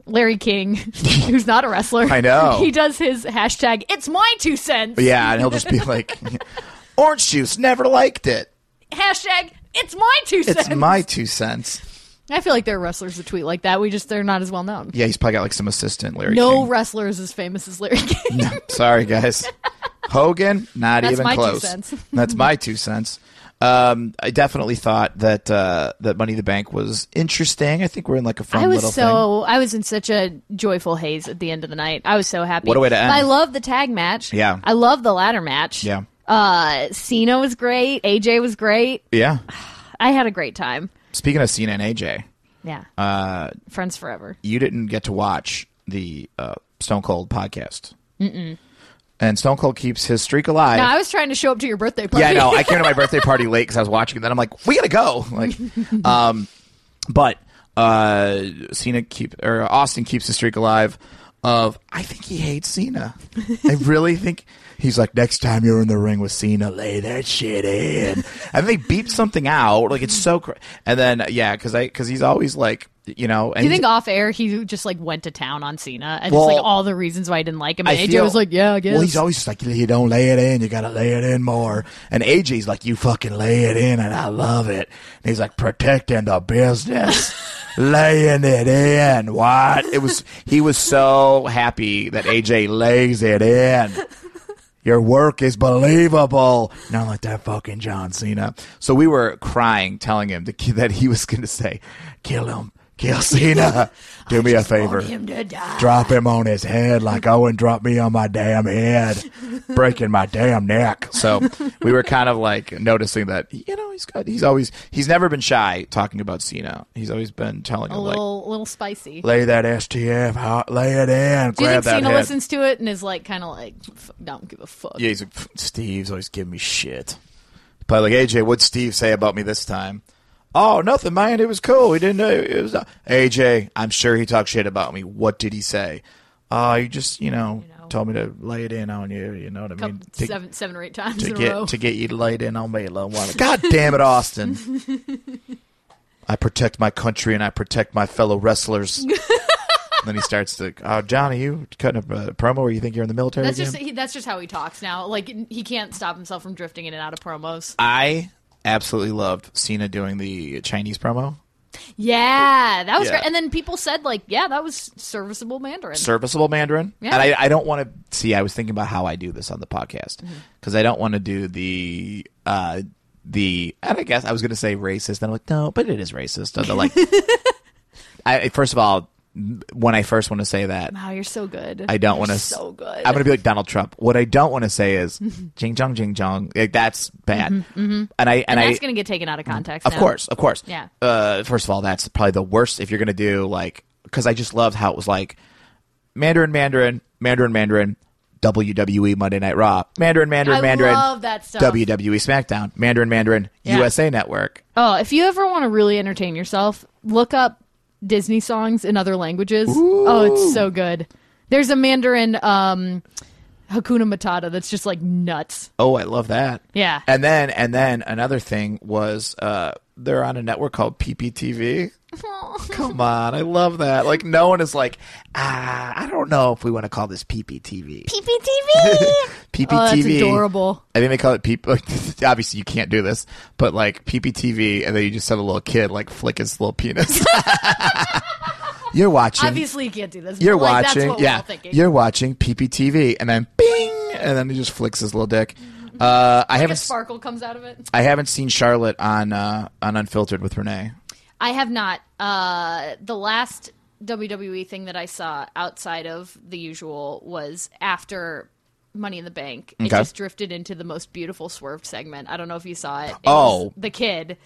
C: Larry King, who's not a wrestler.
B: I know.
C: He does his hashtag, it's my two cents.
B: yeah, and he'll just be like, "Orange juice, never liked it.
C: Hashtag, it's my two
B: It's
C: cents.
B: my two cents."
C: I feel like there are wrestlers that tweet like that. We just, they're not as well known.
B: Yeah, he's probably got like some assistant Larry.
C: No
B: King.
C: wrestler is as famous as Larry King.
B: Sorry, guys. Hogan, not
C: That's
B: even
C: my two
B: close.
C: cents.
B: That's my two cents. Um, I definitely thought that uh, that Money in the Bank was interesting. I think we're in like a fun
C: I
B: little
C: was so I was in such a joyful haze at the end of the night. I was so happy.
B: What a way to end.
C: I love the tag match.
B: Yeah.
C: I love the ladder match.
B: Yeah.
C: uh, Cena was great. AJ was great.
B: thing. Yeah.
C: I had a great time.
B: Speaking of Cena and AJ,
C: Yeah, uh, friends forever.
B: you didn't get to watch the uh, Stone Cold podcast. Mm-mm. And Stone Cold keeps his streak alive.
C: Now I was trying to show up to your birthday party.
B: yeah, I know. I came to my birthday party late because I was watching it. Then I'm like, we gotta go. Like, um, but uh, Cena keep or Austin keeps the streak alive. Of I think he hates Cena. I really think he's like next time you're in the ring with Cena, lay that shit in. And they beep something out like it's so. Cr- and then yeah, because I because he's always like you know. And
C: Do you
B: he's-
C: think off air he just like went to town on Cena and just
B: Well,
C: like all the reasons why he didn't like him?
B: I
C: And AJ
B: feel-
C: was like, "Yeah, I guess."
B: Well, he's always just like, you don't lay it in. You got to lay it in more. And AJ's like, you fucking lay it in and I love it. And he's like, protecting the business, laying it in. What? It was, he was so happy that AJ lays it in. Your work is believable. Not like that fucking John Cena. So we were crying, telling him to, that he was going to say, kill him. Kill Cena. Do me a favor. Drop him on his head like Owen dropped me on my damn head, breaking my damn neck. So we were kind of like noticing that you know he's got he's always he's never been shy talking about Cena. He's always been telling
C: a
B: him like
C: little little spicy.
B: lay that STF, hot, lay it in,
C: Do you think
B: grab that
C: Cena
B: head.
C: listens to it and is like kind of like, "F- "Don't give a fuck."
B: Yeah, he's like "Pfft, Steve's always giving me shit. But like AJ, what'd Steve say about me this time? Oh, nothing, man. It was cool. He didn't know it was AJ. I'm sure he talked shit about me. What did he say? Uh, you just you know,
C: You know.
B: told me to lay it in on you. You know what I
C: Couple-
B: mean? To-
C: seven, seven or eight times
B: to
C: in a row.
B: get to get you laid in on me, little one. God damn it, Austin! I protect my country and I protect my fellow wrestlers. And then he starts to, oh, John, are you cutting a uh, promo or you think you're in the military?
C: That's just
B: again?"
C: he, that's just how he talks now. Like he can't stop himself from drifting in and out of promos.
B: I absolutely loved Cena doing the Chinese promo.
C: Yeah, that was
B: Yeah.
C: great. And then people said like, yeah, that was serviceable Mandarin.
B: serviceable Mandarin.
C: Yeah.
B: And I, I don't want to see. I was thinking about how I do this on the podcast
C: Mm-hmm.
B: because I don't want to do the uh, the. And I guess I was going to say racist. Then I'm like, no, but it is racist. So they're like, I first of all, when I first want to say that,
C: wow, you're so good.
B: I don't want to.
C: so good. Mm-hmm.
B: I'm going to be like Donald Trump. What I don't want to say is "jing jong jing jong." Like that's bad. And I and,
C: and
B: I. Mm-hmm.
C: that's gonna get taken out of context.
B: Of
C: now.
B: course, of course.
C: Yeah.
B: Uh, first of all, that's probably the worst if you're going to do like because I just loved how it was like Mandarin, Mandarin, Mandarin, Mandarin, WWE Monday Night Raw, Mandarin, Mandarin,
C: I
B: Mandarin,
C: love that stuff.
B: WWE SmackDown, Mandarin, Mandarin,
C: Yeah.
B: USA Network.
C: Oh, if you ever want to really entertain yourself, look up Disney songs in other languages. Oh, it's so good. There's a Mandarin um, Hakuna Matata that's just like nuts.
B: Oh, I love that.
C: Yeah.
B: And then and then another thing was uh, they're on a network called PPTV. Come on, I love that. Like no one is like, ah, I don't know if we want to call this PPTV.
C: PPTV.
B: PPTV.
C: Oh, that's adorable.
B: I think they call it PP. Obviously, you can't do this, but like PPTV, and then you just have a little kid like flick his little penis. you're watching.
C: Obviously, you can't do this. but,
B: you're
C: like,
B: watching.
C: That's what we're
B: yeah,
C: all thinking.
B: you're watching PPTV, and then bing, and then he just flicks his little dick. Uh,
C: Mm-hmm.
B: I
C: a
B: haven't. s-
C: sparkle comes out of it.
B: I haven't seen Charlotte on uh, on Unfiltered with Renee.
C: I have not. Uh, the last WWE thing that I saw outside of the usual was after Money in the Bank. It
B: Okay.
C: just drifted into the most beautiful swerved segment. I don't know if you saw it. It
B: Oh.
C: was the kid.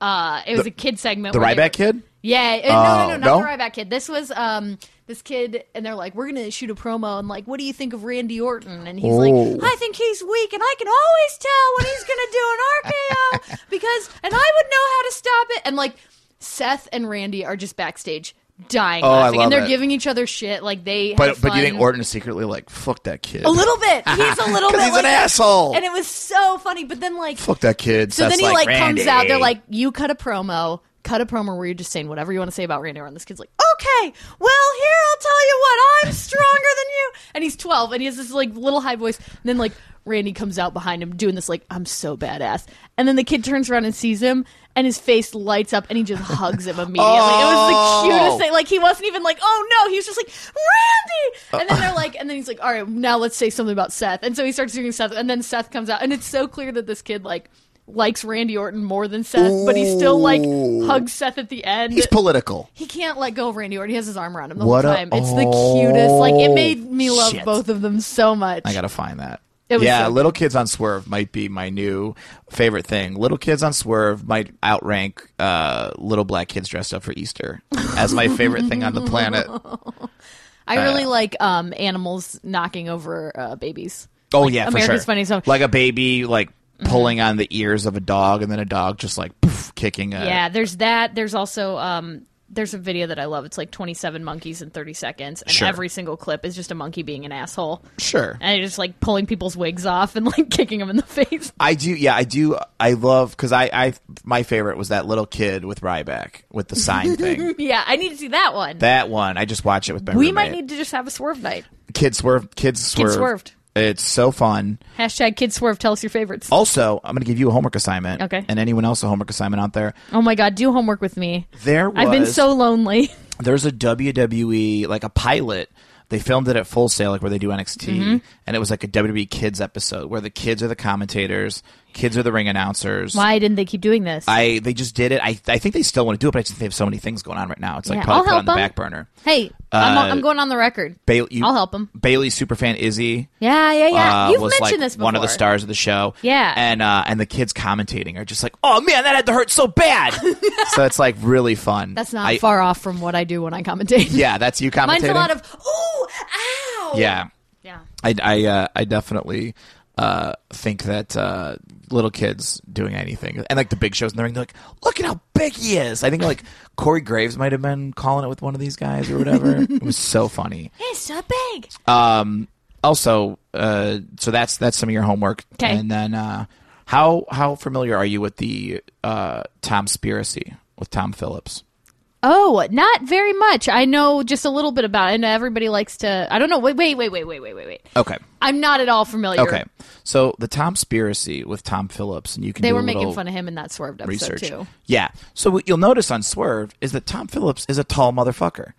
C: Uh, it was a kid segment.
B: The
C: where they
B: Ryback
C: were-
B: kid.
C: Yeah, it- no, no, no, not
B: Um, no?
C: the Ryback kid. This was um this kid, and they're like, "We're gonna shoot a promo," and like, "What do you think of Randy Orton?" And he's
B: Oh.
C: like, "I think he's weak, and I can always tell when he's gonna do an RKO because, and I would know how to stop it." And like, Seth and Randy are just backstage dying
B: Oh, I
C: laughing,
B: love
C: and they're
B: it.
C: giving each other shit. Like they,
B: But
C: have
B: but you think
C: fun.
B: Orton is secretly like fuck that kid?
C: A little bit. He's a little bit.
B: Because he's
C: like,
B: an asshole.
C: And it was so funny. But then like,
B: fuck that kid.
C: so
B: That's
C: then he like,
B: Randy.
C: comes out. They're like, "You cut a promo, cut a promo where you're just saying whatever you want to say about Randy Orton." This kid's like, "Okay, well here I'll tell you what I'm stronger than you." And he's 12, and he has this like little high voice. And then like Randy comes out behind him doing this like I'm so badass. And then the kid turns around and sees him, and his face lights up, and he just hugs him immediately.
B: Oh,
C: It was the cutest thing. Like he wasn't even like, "Oh no," he was just like
B: Uh,
C: Randy. And then they're like, and then he's like, "All right, now let's say something about Seth." And so he starts doing Seth, and then Seth comes out, and it's so clear that this kid like likes Randy Orton more than Seth, but he still like
B: Ooh.
C: hugs Seth at the end.
B: he's political.
C: he can't let go of Randy Orton. He has his arm around him the
B: What
C: whole
B: a-
C: time. it's the cutest. Like it made me
B: Oh,
C: love
B: shit.
C: both of them so much.
B: I gotta find that.
C: It was
B: yeah,
C: so-
B: little kids on Swerve might be my new favorite thing. Little kids on Swerve might outrank uh, little black kids dressed up for Easter as my favorite thing on the planet.
C: I really like um animals knocking over uh, babies.
B: Oh yeah, for
C: America's
B: sure.
C: Funniest Home- Mm-hmm.
B: Like a baby, like pulling on the ears of a dog, and then a dog just like poof, kicking. A,
C: Yeah, there's that. There's also um there's a video that I love. It's like 27 monkeys in 30 seconds, and
B: Sure.
C: every single clip is just a monkey being an asshole
B: sure.
C: and just like pulling people's wigs off and like kicking them in the face.
B: I do, yeah, I do. I love because I, I, my favorite was that little kid with Ryback with the sign thing.
C: yeah, I need to see that one.
B: That one, I just watch it with my.
C: we
B: roommate.
C: might need to just have a swerve night.
B: kids swerve. Kids swerve.
C: swerved.
B: It's so fun.
C: Hashtag Kid Swerve. Tell us your favorites. Oh,
B: Also, I'm going to give you a homework assignment.
C: Okay.
B: And anyone else a homework assignment out there?
C: Oh my God, do homework with me.
B: There was
C: I've been so lonely.
B: there's a WWE like a pilot. They filmed it at Full Sail, like where they do NXT,
C: Mm-hmm.
B: and it was like a WWE kids episode where the kids are the commentators, kids are the ring announcers.
C: Why didn't they keep doing this?
B: I they just did it. I I think they still want to do it, but I just think they have so many things going on right now. It's like
C: Yeah, I'll
B: probably put
C: help
B: on the
C: them.
B: back burner.
C: hey, I'm,
B: Uh,
C: I'm going on the record.
B: Bailey, you,
C: I'll help 'em.
B: Bailey superfan Izzy.
C: Yeah, yeah, yeah.
B: uh,
C: You've
B: was
C: mentioned
B: like
C: this before.
B: one of the stars of the show.
C: Yeah.
B: and uh, and the kids commentating are just like, "Oh man, that had to hurt so bad." so it's like really fun.
C: That's not
B: I-
C: far off from what I do when I commentate.
B: Yeah, that's you commentating.
C: Mine's a lot of ooh, ow.
B: yeah.
C: Yeah.
B: I I, uh, I definitely uh, think that uh, little kids doing anything and like the big shows in the ring, they're like, "Look at how big he is." I think like Corey Graves might have been calling it with one of these guys or whatever. it was so funny.
C: It's so big.
B: Um, also, uh, so that's that's some of your homework.
C: 'Kay.
B: And then, uh, how how familiar are you with the uh, Tom Spiracy? with Tom Phillips.
C: Oh, not very much. I know just a little bit about it. And everybody likes to. I don't know. Wait, wait, wait, wait, wait, wait, wait, wait.
B: Okay.
C: I'm not at all familiar.
B: Okay. So the Tom Spiracy with Tom Phillips, and you can
C: They
B: do
C: were
B: a
C: making
B: little
C: fun of him in that swerved episode
B: research.
C: too.
B: Yeah. So what you'll notice on Swerve is that Tom Phillips is a tall motherfucker,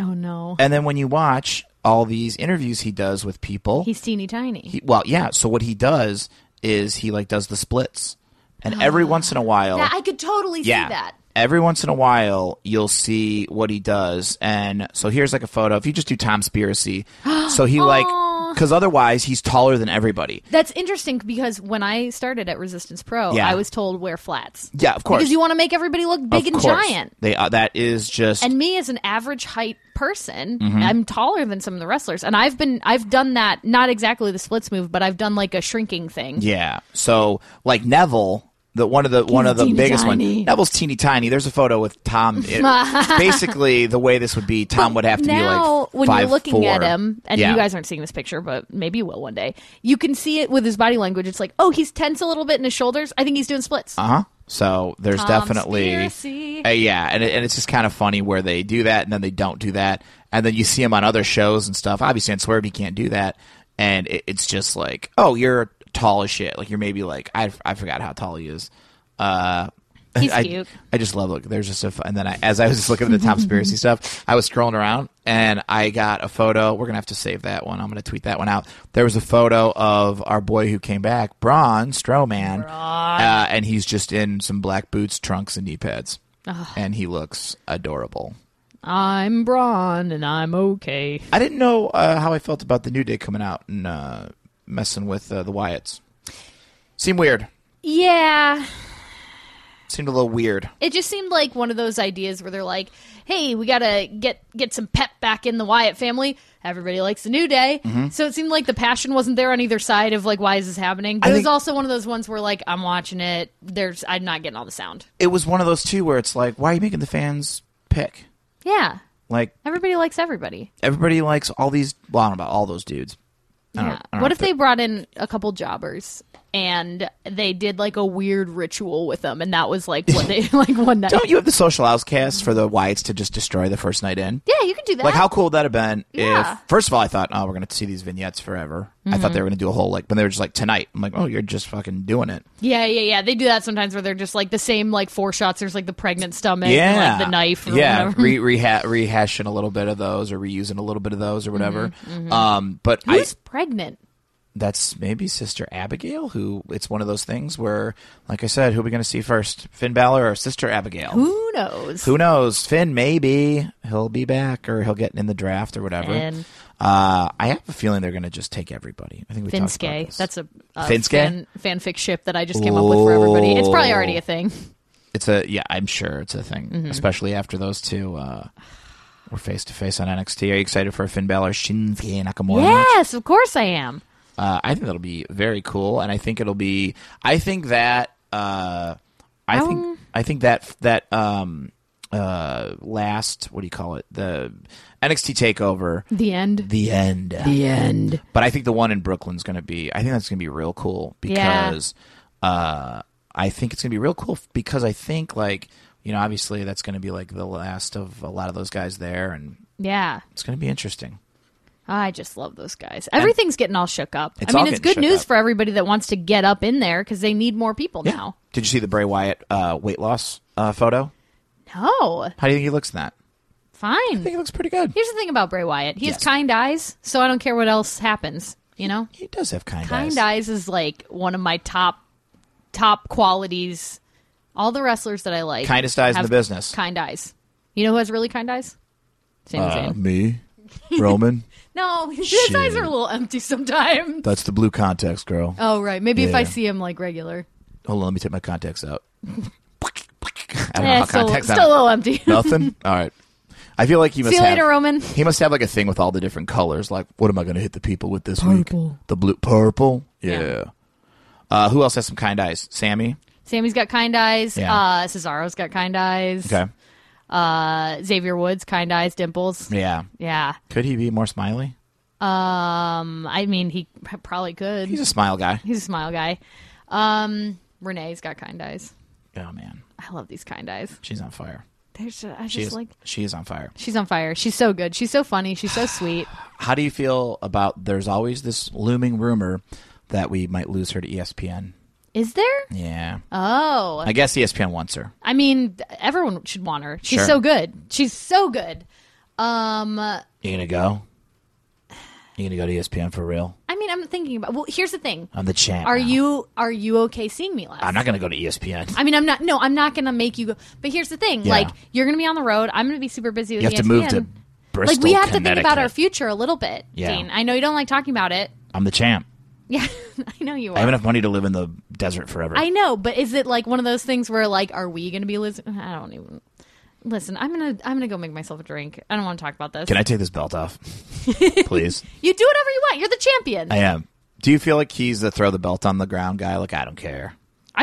C: Oh no,
B: and then when you watch all these interviews he does with people,
C: he's teeny tiny.
B: he, well, yeah. So what he does is he like does the splits, and every once in a while,
C: Ah. That- I could totally see that.
B: Every once in a while, you'll see what he does, and so here's like a photo. If you just do Tom Spiracy, so he like because otherwise he's taller than everybody.
C: That's interesting because when I started at Resistance Pro,
B: Yeah.
C: I was told wear flats.
B: Yeah, of course.
C: Because you want to make everybody look big
B: Of
C: and
B: course.
C: giant.
B: They uh, that is just
C: And me as an average height person,
B: Mm-hmm.
C: I'm taller than some of the wrestlers. And I've been I've done that, not exactly the splits move, but I've done like a shrinking thing.
B: yeah. So like Neville, the one of the one of the
C: teeny
B: biggest ones.
C: tiny.
B: Neville's teeny tiny. There's a photo with Tom. It- basically, the way this would be, Tom would have to
C: now,
B: be like
C: when you're
B: five,
C: looking
B: four.
C: at him, and
B: Yeah.
C: you guys aren't seeing this picture, but maybe you will one day. You can see it with his body language. It's like, oh, he's tense a little bit in his shoulders. I think he's doing splits. Um,
B: Uh-huh. So there's definitely
C: Conspiracy.
B: Uh, yeah, and it, and it's just kind of funny where they do that and then they don't do that, and then you see him on other shows and stuff. Obviously, on Swerve you can't do that, and it, it's just like, oh, you're tall as shit. Like you're maybe like I, I forgot how tall he is. Uh,
C: He's
B: I,
C: cute.
B: I just love look. There's just a f- and then I, as I was just looking at the Tom Spiracy stuff, I was scrolling around and I got a photo. We're gonna have to save that one. I'm gonna tweet that one out. There was a photo of our boy who came back, Braun Strowman, Uh, and he's just in some black boots, trunks, and knee pads, and he looks adorable.
C: I'm Braun, and I'm okay.
B: I didn't know uh, how I felt about the New Day coming out and uh, messing with uh, the Wyatts. Seemed weird.
C: Yeah.
B: Seemed a little weird.
C: It just seemed like one of those ideas where they're like, "Hey, we gotta get get some pep back in the Wyatt family. Everybody likes the New Day."
B: Mm-hmm.
C: So it seemed like the passion wasn't there on either side of like, "Why is this happening?" But
B: I
C: it was
B: think-
C: also one of those ones where like, I'm watching it. There's I'm not getting all the sound.
B: It was one of those two where it's like, why are you making the fans pick?
C: Yeah,
B: Like
C: everybody likes everybody.
B: everybody likes all these. Well, I don't know about all those dudes. I don't-
C: Yeah.
B: I don't
C: What
B: know
C: if they brought in a couple jobbers? And they did like a weird ritual with them, and that was like what they like one night.
B: Don't you have the social outcasts for the Whites to just destroy the first night in?
C: Yeah, you can do that.
B: Like, how cool would that have been
C: Yeah. Mm-hmm.
B: if, first of all, I thought, oh, we're going to see these vignettes forever. I thought they were going to do a whole, like, when they were just like, tonight. I'm like, oh, you're just fucking doing it.
C: Yeah, yeah, yeah. They do that sometimes where they're just like the same like four shots. There's like the pregnant stomach,
B: yeah.
C: and, like, the knife. Or
B: yeah.
C: whatever.
B: Re- reha- rehashing a little bit of those or reusing a little bit of those or whatever.
C: Mm-hmm.
B: Um, but I,
C: Who's pregnant?
B: that's maybe Sister Abigail, who it's one of those things where, like I said, who are we going to see first? Finn Balor or Sister Abigail?
C: Who knows?
B: Who knows? Finn, maybe he'll be back or he'll get in the draft or whatever.
C: Finn.
B: Uh, I have a feeling they're going to just take everybody. I think we talked about
C: Finske.
B: this.
C: That's a, a
B: Finske? Oh.
C: fan, fanfic ship that I just came up with for everybody. It's probably already a thing.
B: it's a yeah. I'm sure it's a thing,
C: Mm-hmm.
B: especially after those two uh, were face to face on NXT. Are you excited for a Finn Balor Shinsuke Nakamura? match?
C: Yes, of course I am.
B: Uh, I think that'll be very cool, and I think it'll be. I think that. Uh, I
C: Um.
B: think. I think that that um, uh, last what do you call it? The NXT Takeover.
C: The end.
B: The end.
C: The end.
B: But I think the one in Brooklyn's going to be. I think that's going to be real cool
C: Yeah.
B: because uh, I think it's going to be real cool f- because I think like you know obviously that's going to be like the last of a lot of those guys there, and
C: Yeah.
B: it's going to be interesting.
C: I just love those guys. Everything's getting all shook up.
B: It's
C: I
B: all
C: mean, it's
B: getting
C: good
B: shook
C: news
B: up.
C: for everybody that wants to get up in there because they need more people now.
B: Did you see the Bray Wyatt uh, weight loss uh, photo?
C: No,
B: How do you think he looks in that? I
C: fine.
B: think it looks pretty good.
C: Here's the thing about Bray Wyatt. He
B: Yes.
C: has kind eyes, so I don't care what else happens. You know.
B: He does have kind,
C: kind
B: eyes.
C: eyes is like one of my top top qualities all the wrestlers that i like
B: Kindest eyes in
C: have
B: the business.
C: kind eyes you know who has really kind eyes Sami
D: Uh,
C: Zayn.
D: me, Roman.
C: no his
D: shit.
C: eyes are a little empty sometimes
D: That's the blue contacts, girl.
C: oh right maybe if i
D: Yeah.
C: see him like regular
B: Hold on, let me take my contacts out. I Oh, don't know
C: yeah
B: how
C: Eh, still,
B: contacts
C: still a
B: out.
C: little empty
D: Nothing. All right.
B: I feel like he must
C: see you
B: have
C: later roman
B: he must have like a thing with all the different colors. Like
D: What am I going to hit the people with this week?
C: Purple.
D: The blue purple.
C: Yeah.
D: Yeah.
B: uh, who else has some kind eyes? Sammy.
C: sammy's got kind eyes
B: Yeah.
C: uh cesaro's got kind eyes
B: Okay.
C: uh xavier woods kind eyes dimples
B: Yeah.
C: yeah
B: Could he be more smiley?
C: um i mean he probably could
B: He's a smile guy.
C: He's a smile guy. Um, Renee's got kind eyes.
B: Oh man.
C: I love these kind eyes.
B: She's on fire.
C: There's I just
B: She is,
C: like
B: she is on fire.
C: she's on fire. She's so good. She's so funny. She's so sweet.
B: How do you feel about there's always this looming rumor that we might lose her to E ESPN?
C: Is there?
B: Yeah.
C: Oh,
B: I guess E ESPN wants her.
C: I mean, everyone should want her. She's
B: Sure.
C: so good. She's so good. Um, I
B: You gonna go? You gonna go to E ESPN for real?
C: mean, I'm thinking about. Well, here's the thing.
B: I'm the champ.
C: Are
B: now.
C: you are you okay seeing me less?
B: I'm not gonna go to E ESPN.
C: I mean, I'm not. No, I'm not gonna make you go. But here's the thing.
B: Yeah.
C: Like, you're gonna be on the road. I'm gonna be super busy. With E
B: You have to move
C: ESPN.
B: to Bristol,
C: like we have to think about our
B: Connecticut.
C: future a little bit,
B: Yeah.
C: Dean. I know you don't like talking about it.
B: I'm the champ.
C: Yeah, I know you are.
B: I have enough money to live in the desert forever.
C: I know, but is it like one of those things where like, are we going to be losing? I don't even. Listen, I'm gonna I'm gonna go make myself a drink. I don't want to talk about this.
B: Can I take this belt off, please?
C: You do whatever you want. You're the champion.
B: I
C: I,
B: am. Do you feel like he's the throw the belt on the ground guy? Like I don't care.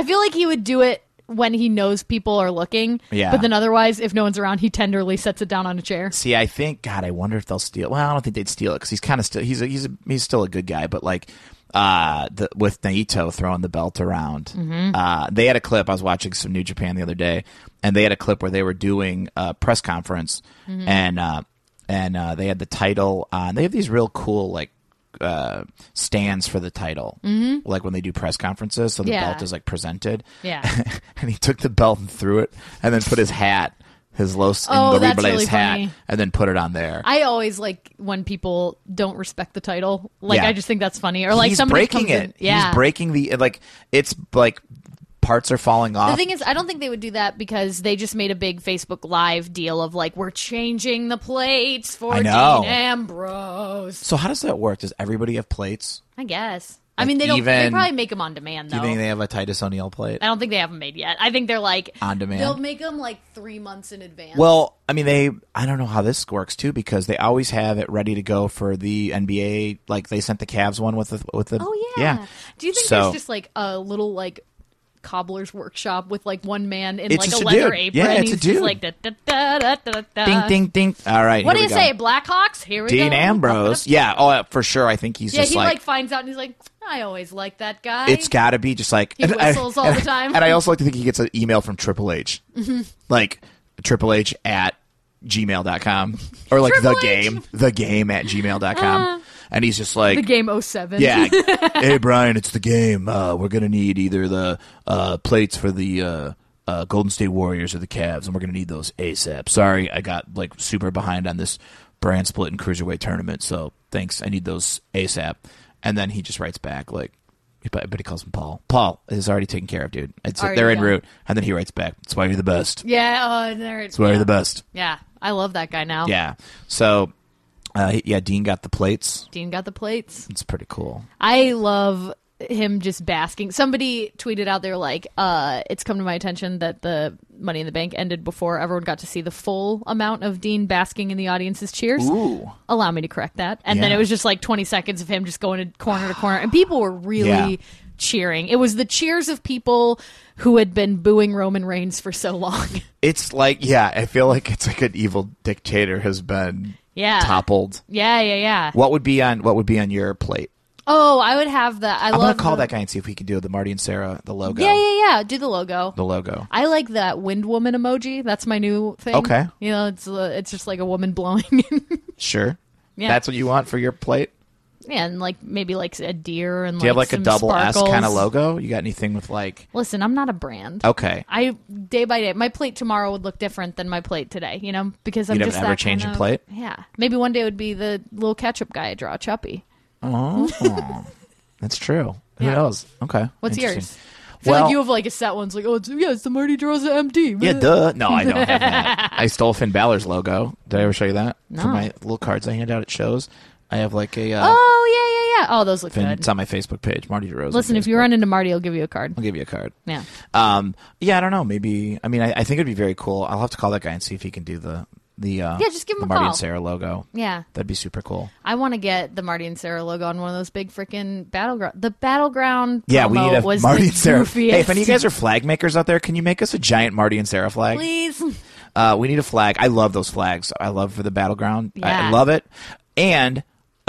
C: feel like he would do it when he knows people are looking.
B: Yeah.
C: But then otherwise, if no one's around, he tenderly sets it down on a chair.
B: See, I think God, I wonder if they'll steal. Well, I don't think they'd steal it because he's kind of still he's a, he's a, he's still a good guy, but like uh the, with Naito throwing the belt around,
C: Mm-hmm.
B: uh, they had a clip. I was watching some New Japan the other day, and they had a clip where they were doing a press conference,
C: Mm-hmm.
B: and uh, and uh, they had the title on. They have these real cool like uh stands for the title like when they do press conferences so the
C: Mm-hmm. Yeah.
B: belt is like presented
C: Yeah.
B: and he took the belt and threw it and then put his hat his los
C: Oh,
B: in the
C: that's
B: Rebel's
C: really
B: hat
C: funny.
B: and then put it on there.
C: I always like when people don't respect the title. Like
B: Yeah.
C: I just think that's funny. Or like
B: he's
C: somebody
B: breaking
C: comes in-
B: it.
C: yeah.
B: He's breaking the like it's like parts are falling off.
C: The thing is, I don't think they would do that because they just made a big Facebook Live deal of like we're changing the plates for
B: I know.
C: Dean Ambrose.
B: so how does that work? Does everybody have plates?
C: I guess. I mean, they don't. they
B: even-
C: probably make them on demand
B: Do
C: though.
B: you think they have a Titus O'Neil plate?
C: I don't think they have them made yet. I think they're like
B: On demand.
C: They'll make them like three months in advance.
B: Well, I mean they I don't know how this works too because they always have it ready to go for the NBA like they sent the Cavs one with the with the
C: oh yeah. Do you think
B: So-
C: there's just like a little like cobbler's workshop with like one man in
B: It's
C: like
B: just
C: a
B: a
C: leather
B: dude.
C: apron?
B: Yeah, it's a
C: he's
B: dude.
C: Just like da, da, da, da, da, da.
B: Ding ding ding. All right.
C: Uh, What do
B: here
C: you
B: we go.
C: say, Blackhawks? Here we go.
B: Dean Ambrose. Yeah, oh for sure I think he's
C: Yeah,
B: just
C: he like,
B: like
C: finds out and he's like, I always like that guy.
B: It's got to be just like
C: He whistles all
B: and
C: the time. Mm-hmm.
B: And I also like to think he gets an email from Triple H, like Triple H at gmail.com or like the
C: Triple H. Uh-huh.
B: game, the game at gmail.com. and he's just like,
C: the game 07.
B: yeah,
D: hey Brian, it's the game. Uh, we're gonna need either the uh, plates for the uh, uh, Golden State Warriors or the Cavs, and we're gonna need those ASAP. Sorry, I got like super behind on this brand split and cruiserweight tournament, so thanks. I need those ASAP.
B: and then he just writes back like, but, but he calls him Paul. Paul is already taken care of, dude. It's,
C: Already
B: they're en
C: done.
B: route, and then he writes back. That's why you're the best. That's
C: Yeah, oh, there it's
B: why you're the best.
C: Yeah, I love that guy now.
B: Yeah. So, uh, he- yeah, Dean got the plates.
C: Dean got the plates.
B: It's pretty cool.
C: I love him just basking. Somebody tweeted out there like, uh, it's come to my attention that the Money in the Bank ended before everyone got to see the full amount of Dean basking in the audience's cheers.
B: Ooh.
C: Allow me to correct that. And then
B: Yeah.
C: it was just like 20 seconds of him just going to corner to corner. And people were really
B: Yeah.
C: cheering. It was the cheers of people who had been booing Roman Reigns for so long.
B: It's like, yeah, I feel like it's like an evil dictator has been
C: Yeah.
B: toppled.
C: yeah, yeah, yeah.
B: What would be on what would be on your plate?
C: Oh, I would have the. I
B: I'm
C: love
B: gonna call
C: the-
B: that guy and see if we can do the Marty and Sarah the logo.
C: Yeah, yeah, yeah. Do the logo.
B: The logo.
C: I like that wind woman emoji. That's my new thing.
B: Okay.
C: You know, it's uh, it's just like a woman blowing,
B: Sure.
C: Yeah.
B: That's what you want for your plate.
C: and like maybe like a deer and.
B: Do you have like a
C: some
B: double S
C: sparkles.
B: kind of logo? You got anything with like?
C: Listen, I'm not a brand.
B: Okay.
C: I day by day, my plate tomorrow would look different than my plate today. You know, because I'm
B: You'd have
C: just
B: an
C: that
B: ever-changing
C: kind of-
B: plate?
C: Yeah, maybe one day it would be the little ketchup guy I draw, Chuppy.
B: Oh, that's true. Who
C: Yeah.
B: knows? Okay.
C: What's
B: Interesting.
C: yours? I feel
B: Well-
C: like you have like a set one's like, oh, it's, yeah, it's the Marty draws the MD.
B: Yeah, duh. No, I don't have that. I stole Finn Balor's logo. Did I ever show you that? For
C: No.
B: my little cards I hand out at shows, I have like a. Uh,
C: Oh yeah, yeah, yeah. Oh, those look
B: Finn-
C: good.
B: it's on my Facebook page, Marty DeRosa.
C: Listen, if you
B: Facebook.
C: run into Marty, he'll give you a card.
B: I'll give you a card.
C: Yeah.
B: Um, yeah, I don't know. Maybe. I mean, I, I think it'd be very cool. I'll have to call that guy and see if he can do the the uh,
C: Yeah, just give him
B: the
C: a
B: Marty
C: call.
B: and Sarah logo.
C: Yeah.
B: That'd be super cool.
C: I want to get the Marty and Sarah logo on one of those big freaking battleground. The battleground.
B: Yeah, we
C: promo
B: need a
C: was
B: Marty
C: the
B: and Sarah.
C: Goofiest.
B: Hey, if any of you guys are flag makers out there, can you make us a giant Marty and Sarah flag?
C: please.
B: Uh, we need a flag. I love those flags. I love for the battleground. I- I,
C: Yeah.
B: love it. And
C: Mm-hmm.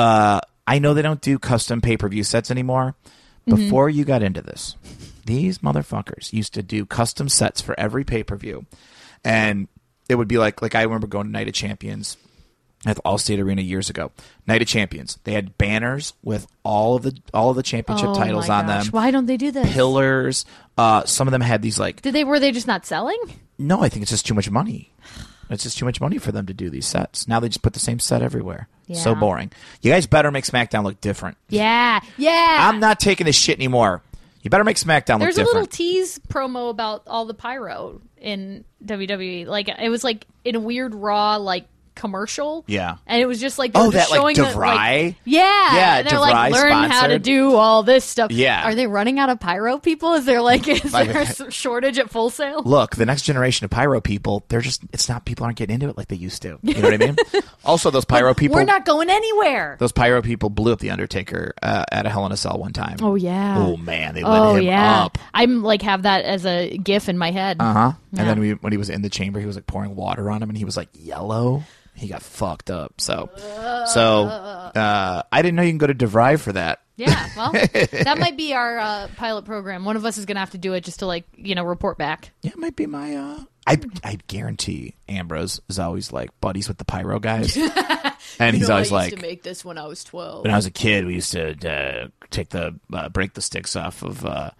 B: uh, I know they don't do custom pay per view sets anymore. Before you got into this, these motherfuckers used to do custom sets for every pay per view, and it would be like like I remember going to Night of Champions at the Allstate Arena years ago. Night of Champions, they had banners with all of the all of the championship
C: Oh
B: titles
C: my
B: on
C: gosh.
B: them,
C: Why don't they do this?
B: pillars. Uh, some of them had these like
C: Did they were they just not selling?
B: no, I think it's just too much money. It's just too much money for them to do these sets. Now they just put the same set everywhere. So
C: Yeah.
B: boring. You guys better make SmackDown look different.
C: Yeah, yeah.
B: I'm not taking this shit anymore. You better make SmackDown
C: There's a
B: look different.
C: little tease promo about all the pyro in WWE. Like it was like in a weird raw like commercial.
B: Yeah.
C: and it was just like they
B: Oh,
C: were just
B: that, like,
C: showing the-
B: DeVry?
C: yeah,
B: Yeah,
C: And they're like
B: DeVry
C: learn how to
B: sponsored.
C: do all this stuff.
B: Yeah.
C: are they running out of pyro people? Is there like is
B: Like-
C: there a s- shortage at Full Sail?
B: look, the next generation of pyro people, they're just it's not people aren't getting into it like they used to. You know what I mean? also those pyro people
C: We're not going anywhere.
B: those pyro people blew up the Undertaker uh, at a Hell in a Cell one time.
C: Oh yeah.
B: Oh man, they lit
C: Oh
B: him
C: yeah.
B: up.
C: I'm like have that as a gif in my head.
B: Uh huh. And then we, when he was in the chamber, he was like pouring water on him, and he was like yellow. He got fucked up. So, so uh, I didn't know you can go to DeVry for that.
C: Yeah, well, that might be our uh, pilot program. One of us is going to have to do it just to like you know report back.
B: Yeah, it might be my. Uh, I I guarantee Ambrose is always like buddies with the pyro guys, and he's always like.
C: make this when I was twelve.
B: when I was a kid, we used to uh, take the uh, break the sticks off of uh,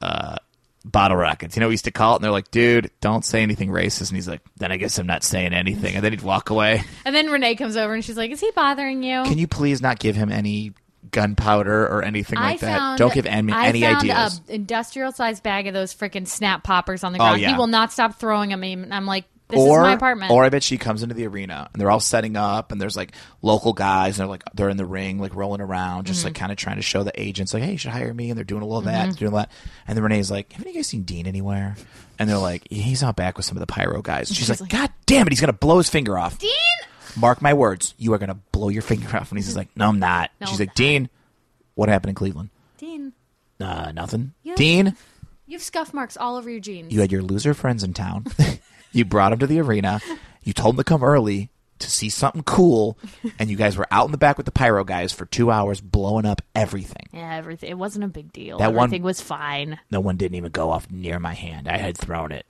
B: uh, bottle rockets. You know, we used to call it, and they're like, "Dude, don't say anything racist." And he's like, "Then I guess I'm not saying anything." And then he'd walk away.
C: And then Renee comes over and she's like, "Is he bothering you?"
B: Can you please not give him any gunpowder or anything
C: I
B: like that?
C: found
B: Don't give any,
C: I
B: any
C: found
B: ideas. Oh,
C: a industrial sized bag of those freaking snap poppers on the ground.
B: yeah.
C: He will not stop throwing them. And I'm like, "This
B: or,
C: is my apartment."
B: or I bet she comes into the arena and they're all setting up and there's like local guys and they're like they're in the ring like rolling around just
C: Mm-hmm.
B: like kind of trying to show the agents like hey you should hire me and they're doing a little of that doing that and then Renee's like haven't you guys seen Dean anywhere and they're like "Yeah, he's out back with some of the pyro guys and she's, like, god damn it he's gonna blow his finger off Dean mark my words you are gonna blow your finger off and he's just like no I'm not
C: No,
B: she's
C: I'm
B: like Dean what happened in Cleveland
C: Dean,
B: uh nothing
C: Yeah.
B: Dean
C: you have scuff marks all over your jeans.
B: you had your loser friends in town. you brought them to the arena. You told them to come early to see something cool, and you guys were out in the back with the pyro guys for two hours, blowing up everything.
C: yeah, everything. It wasn't a big deal.
B: That one-
C: everything was fine.
B: No one didn't even go off near my hand. I had thrown it.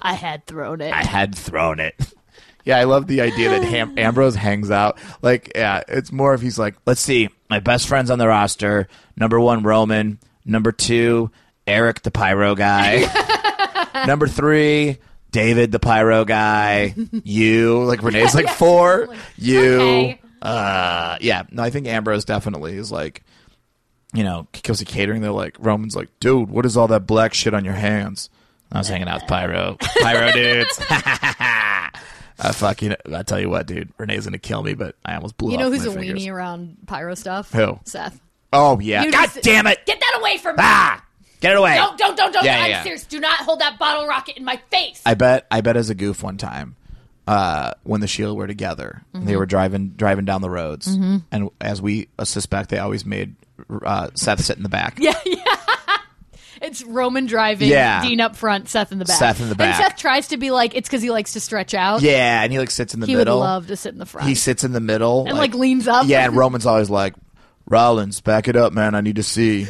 C: I had thrown it.
B: I had thrown it. Yeah, I love the idea that Ham- Ambrose hangs out. Like, yeah, it's more if he's like, let's see, my best friends on the roster. Number one, Roman. Number two, Eric, the pyro guy. Number three, David, the pyro guy. You, like Renee's like four. You,
C: okay.
B: uh, yeah. No, I think Ambrose definitely is like, you know, goes to catering. They're like, Roman's like, dude, what is all that black shit on your hands? I was hanging out with pyro, pyro dudes. I fucking, I tell you what, dude, Renee's gonna kill me, but I almost blew.
C: you know
B: off
C: who's
B: my
C: a
B: fingers.
C: weenie around pyro stuff?
B: Who?
C: Seth.
B: Oh yeah,
C: You
B: god
C: just-
B: damn it!
E: Get that away from me!
B: ah, get it away!
E: Don't, don't, don't, don't!
B: Yeah, yeah,
E: I'm
B: yeah.
E: serious. Do not hold that bottle rocket in my face.
B: I bet I bet as a goof one time uh, when the Shield were together,
C: Mm-hmm.
B: they were driving driving down the roads, and as we uh, suspect, they always made uh, Seth sit in the back. Yeah,
C: It's Roman driving,
B: Yeah.
C: Dean up front, Seth in the back.
B: Seth in the back.
C: And Seth tries to be like, it's because he likes to stretch out.
B: yeah, and he like sits in the
C: He
B: middle.
C: would love to sit in the front.
B: he sits in the middle
C: and like, leans up.
B: Yeah, and
C: and
B: Roman's always like,
D: Rollins, back it up, man. I need to see.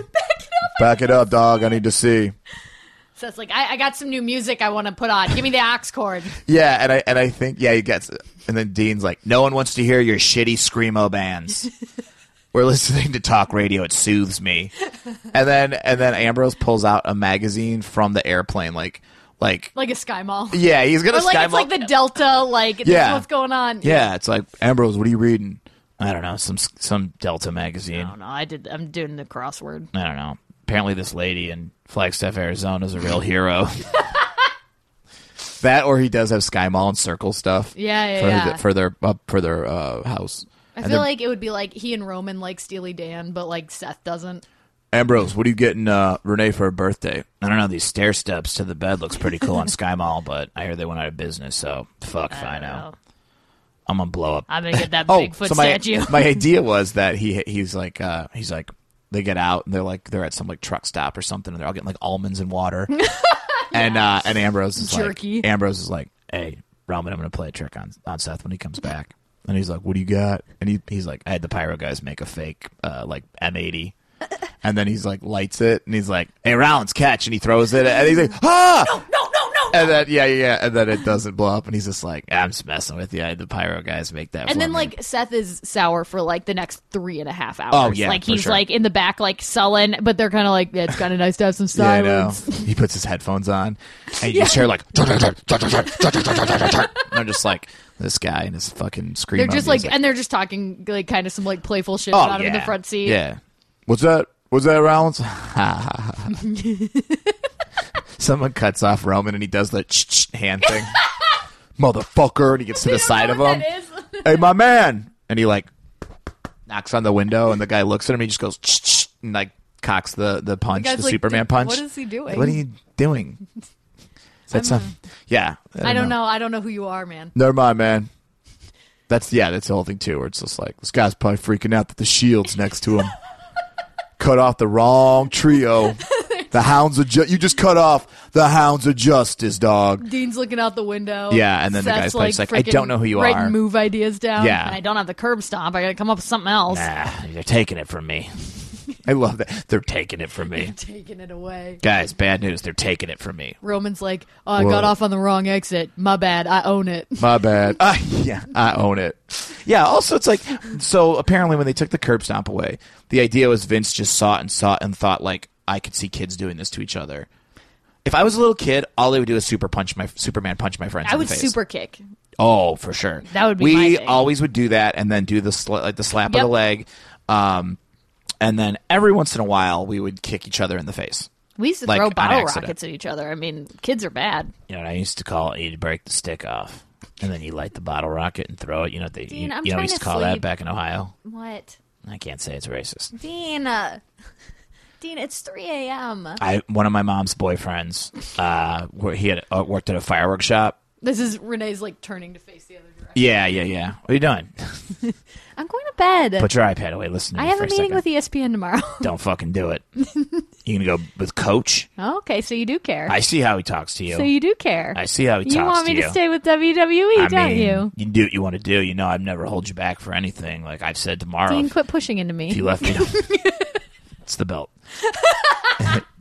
D: back it up, dog. I need to see.
C: Seth's like, I, I got some new music I want to put on. Give me the ox cord.
B: yeah, and I and I think yeah, he gets it. And then Dean's like, no one wants to hear your shitty screamo bands. We're listening to talk radio; it soothes me. And then and then Ambrose pulls out a magazine from the airplane, like like
C: Like a Sky Mall.
B: yeah, he's gonna
C: Or like,
B: sky
C: it's like the Delta, like, this is
B: Yeah.
C: what's going on.
B: yeah, it's like Ambrose, what are you reading? I don't know, some some Delta magazine.
C: I don't know. I did, I'm doing the crossword.
B: I don't know. Apparently, this lady in Flagstaff, Arizona, is a real hero. that, or he does have Sky Mall and Circle stuff.
C: Yeah, yeah,
B: for,
C: yeah.
B: The, for their up for their uh, house.
C: I
B: And
C: feel
B: they're-
C: like it would be like he and Roman like Steely Dan, but like Seth doesn't.
D: Ambrose, what are you getting uh, Renee for her birthday?
B: I don't know. These stair steps to the bed looks pretty cool on Sky Mall, but I hear they went out of business. So fuck if I, know. I'm gonna blow up.
C: I'm going to get that Bigfoot
B: Oh, my,
C: statue.
B: my idea was that he he's like uh, he's like they get out and they're like they're at some like truck stop or something and they're all getting like almonds and water. And uh, and Ambrose is
C: Jerky.
B: like Ambrose is like, "Hey, Roman, I'm going to play a trick on on Seth when he comes back." And he's like, "What do you got?" And he, he's like, "I had the pyro guys make a fake uh, like M80." And then he's like lights it, and he's like, "Hey, Rollins, catch!" And he throws it, and he's like, "Ah!"
E: No, no, no.
B: And then yeah, yeah, yeah, and then it doesn't blow up, and he's just like, "I'm just messing with you. I had the pyro guys make that." for
C: And then
B: me."
C: like Seth is sour for like the next three and a half hours.
B: Oh, yeah,
C: like
B: for
C: he's
B: sure.
C: like in the back like sullen, but they're kind of like yeah, it's kind of nice to have some
B: Yeah, I
C: silence.
B: know. He puts his headphones on, and you just hear like, and I'm just like, this guy and his fucking screamo.
C: They're just
B: music.
C: like and they're just talking like kind of some like playful shit
B: oh,
C: about him in the
B: yeah.
C: front seat.
B: Yeah.
D: What's that? What's that, Rollins?
B: Someone cuts off Roman, and he does the hand thing, motherfucker, and he gets to the side of him. hey, my man, and he like knocks on the window, and the guy looks at him, and he just goes and like cocks the the punch,
C: guy's
B: the
C: like,
B: Superman
C: "Dude,
B: punch.
C: what is he doing?"
B: What are you doing? That's a, yeah.
C: I don't know. I don't know who you are, man.
B: Never mind, man.
D: That's yeah. That's the whole thing too. Where it's just like this guy's probably freaking out that the shield's next to him. cut off the wrong trio. The hounds of ju- you just cut off the hounds of justice, dog.
C: Dean's looking out the window.
B: Yeah, and then the guy's like, "I
C: freaking
B: don't know who you
C: writing
B: are."
C: Move ideas down.
B: Yeah.
C: and I don't have the curb stop. I gotta come up with something else.
B: Ah, they're taking it from me. I love that. They're taking it from me.
C: Taking it away.
B: Guys, bad news. They're taking it from me.
C: Roman's like, oh, I got off on the wrong exit. My bad. I own it.
D: My bad.
B: Uh, yeah, I own it. Yeah, also, it's like, so apparently when they took the curb stomp away, the idea was Vince just saw it and saw it and thought, like, I could see kids doing this to each other. If I was a little kid, all I would do is super punch my Superman punch my friends.
C: I
B: in
C: would
B: the face.
C: super kick.
B: Oh, for sure.
C: That would be
B: We
C: my thing.
B: always would do that, and then do the sla- like the slap
C: Yep.
B: of the leg, um, and then every once in a while we would kick each other in the face.
C: We used to
B: Like,
C: throw
B: on
C: bottle
B: accident.
C: rockets at each other. I mean, kids are bad.
B: You know, what I used to call it you break the stick off, and then you light the bottle rocket and throw it. You know, what they,
C: Dean,
B: you,
C: I'm
B: you know, we
C: trying
B: used to
C: to
B: call that
C: sleep.
B: back in Ohio.
C: What?
B: I can't say it's racist.
C: Dean. uh, Dean, it's 3 a.m.
B: I one of my mom's boyfriends, uh, where he had uh, worked at a fireworks shop.
C: This is Renee's like turning to face the other direction.
B: Yeah, yeah, yeah. What are you doing?
C: I'm going to bed.
B: Put your iPad away. Listen to
C: I
B: me
C: have
B: for
C: a
B: a
C: meeting
B: second.
C: with E ESPN tomorrow.
B: Don't fucking do it. you gonna go with Coach?
C: oh, okay, so you do care.
B: I see how he talks to you.
C: so you do care.
B: I see how he talks
C: you want
B: to
C: me
B: you.
C: to stay with WWE,
B: I
C: don't
B: mean,
C: you?
B: You do what you want to do. You know, I've never hold you back for anything. Like I've said tomorrow,
C: Dean,
B: if,
C: quit pushing into
B: if
C: me.
B: you left me, it's the belt.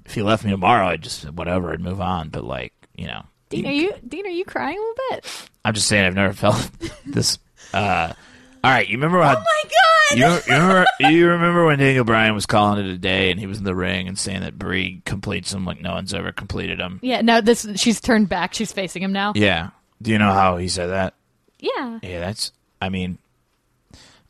B: if you left me tomorrow, I'd just whatever, I'd move on. But like, you know,
C: Dean, are you Dean? Are you crying a little bit?
B: I'm just saying, I've never felt this. Uh, all right, you remember how?
C: Oh God!
B: You, you remember? You remember when Daniel Bryan was calling it a day, and he was in the ring and saying that Brie completes him like no one's ever completed him.
C: Yeah, no, this she's turned back. She's facing him now.
B: Yeah. Do you know how he said that?
C: Yeah.
B: Yeah, that's. I mean,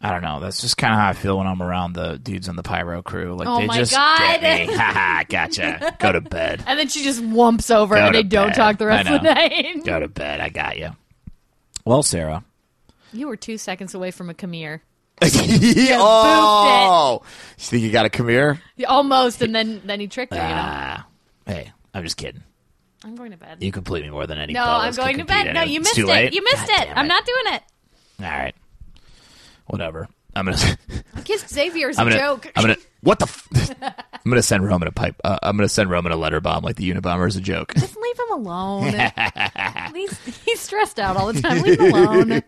B: I don't know. That's just kind of how I feel when I'm around the dudes on the pyro crew. Like
C: Oh
B: they
C: my
B: just
C: God.
B: get me. Haha, gotcha. Go to bed.
C: And then she just wumps over
B: Go
C: and
B: to
C: they don't
B: bed.
C: talk the rest
B: I
C: of the
B: know.
C: night.
B: Go to bed. I got you. Well, Sarah.
C: You were two seconds away from a Khmer.
B: oh, you think you got to come here?
C: Almost, and then then he tricked her. You know?
B: Ah, hey, I'm just kidding.
C: I'm going to bed.
B: You complete me more than any.
C: no, I'm
B: fellas can
C: going to
B: compete
C: bed.
B: in.
C: No, you
B: It's
C: missed
B: too
C: it.
B: late?
C: You missed
B: God
C: it.
B: damn
C: I'm not doing it.
B: All right. Whatever. I'm gonna.
C: I kissed Xavier's
B: I'm
C: a
B: gonna.
C: joke.
B: I'm gonna. What the? F- I'm gonna send Roman a pipe. Uh, I'm gonna send Roman a letter bomb like the Unabomber is a joke.
C: Just leave him alone. he's, he's stressed out all the time. Leave him alone.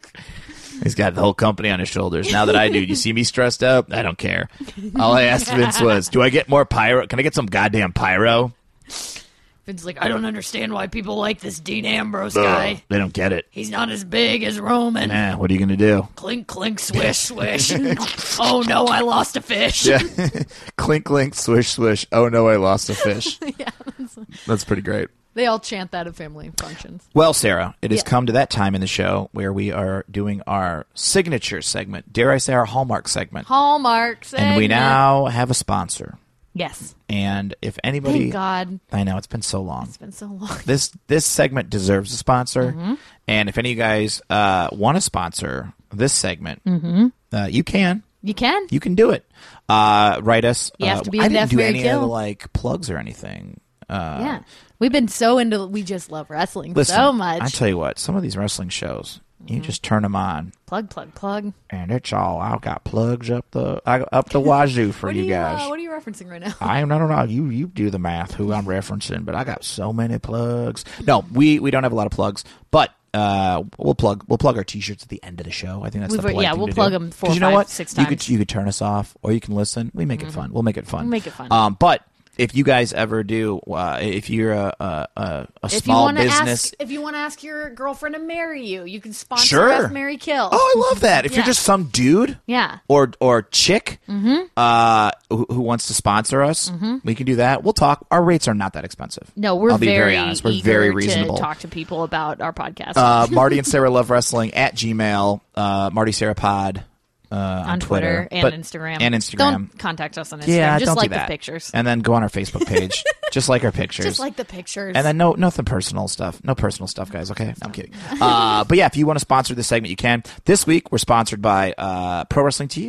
B: He's got the whole company on his shoulders. Now that I do, you see me stressed out? I don't care. All I asked Vince was, do I get more pyro? Can I get some goddamn pyro?
C: Finn's like,
E: I don't understand why people like this Dean Ambrose
B: Ugh,
E: guy.
B: Oh, they don't get it.
E: He's not as big as Roman.
B: Nah, what are you going to do?
E: Clink, clink, swish, swish. oh no, I lost a fish.
D: Clink, clink, swish, swish. Oh no, I lost a fish. that's pretty great.
C: they all chant that at family functions.
B: Well, Sarah, it has
C: Yeah.
B: come to that time in the show where we are doing our signature segment, dare I say our hallmark segment.
C: Hallmark. Segment.
B: And we now have a sponsor.
C: uh, Yes.
B: And if anybody.
C: Thank God.
B: I know, it's been so long.
C: It's been so long.
B: this this segment deserves a sponsor.
E: Mm-hmm.
B: And if any of you guys uh, want to sponsor this segment,
E: Mm-hmm.
B: uh, you can.
C: You can.
B: You can do it. Uh, write us.
C: You have
B: uh,
C: to be
B: I
C: a
B: didn't
C: Deaf
B: do
C: Mary
B: any of
C: Kill.
B: the like plugs or anything. Uh,
C: yeah. We've been so into. We just love wrestling
B: listen,
C: so much. Mm-hmm.
B: I tell you what, some of these wrestling shows, you just turn them on,
C: plug, plug, plug.
B: and it's all. I've got plugs up the I, up the wazoo for
C: What
B: you
C: are you,
B: guys.
C: Uh, what are you referencing right now?
B: I am. I don't know. You you do the math. Who I'm referencing, but I got so many plugs. No, we we don't have a lot of plugs, but uh, we'll plug we'll plug our t-shirts at the end of the show. I think that's
C: We've
B: the
C: al-
B: polite
C: yeah,
B: thing
C: we'll
B: to
C: plug
B: do.
C: 'em four,
B: 'Cause you know
C: five,
B: what?
C: six
B: You could
C: times. Mm-hmm.
B: you could turn us off, or you can listen. We make it fun. We'll make it fun.
C: We'll make it fun.
B: Um, but if you guys ever do, uh, if you're a a, a, a
C: If you
B: small
C: want to
B: business,
C: ask, if you want to ask your girlfriend to marry you, you can sponsor
B: Sure.
C: us. Mary kill.
B: Oh, I love that. If you're
C: Yeah.
B: just some dude,
C: Yeah. Mm-hmm.
B: or or chick, uh, who, who wants to sponsor us, we can do that. We'll talk. Our rates are not that expensive.
C: No, we're
B: I'll be
C: very,
B: very, honest. We're
C: eager
B: very reasonable.
C: to talk to people about our podcast.
B: uh, Marty and Sarah love wrestling at Gmail. Uh, Marty Sarah Pod uh, on,
C: on Twitter, and
B: But-
C: Instagram.
B: and Instagram.
C: Don't contact us on Instagram.
B: yeah,
C: just
B: don't
C: like
B: do that.
C: the pictures.
B: and then go on our Facebook page. just like our pictures.
C: Just like the pictures.
B: And then no nothing personal stuff. No personal stuff, guys. Okay, No, I'm kidding. Uh, but yeah, if you want to sponsor this segment, you can. This week we're sponsored by uh,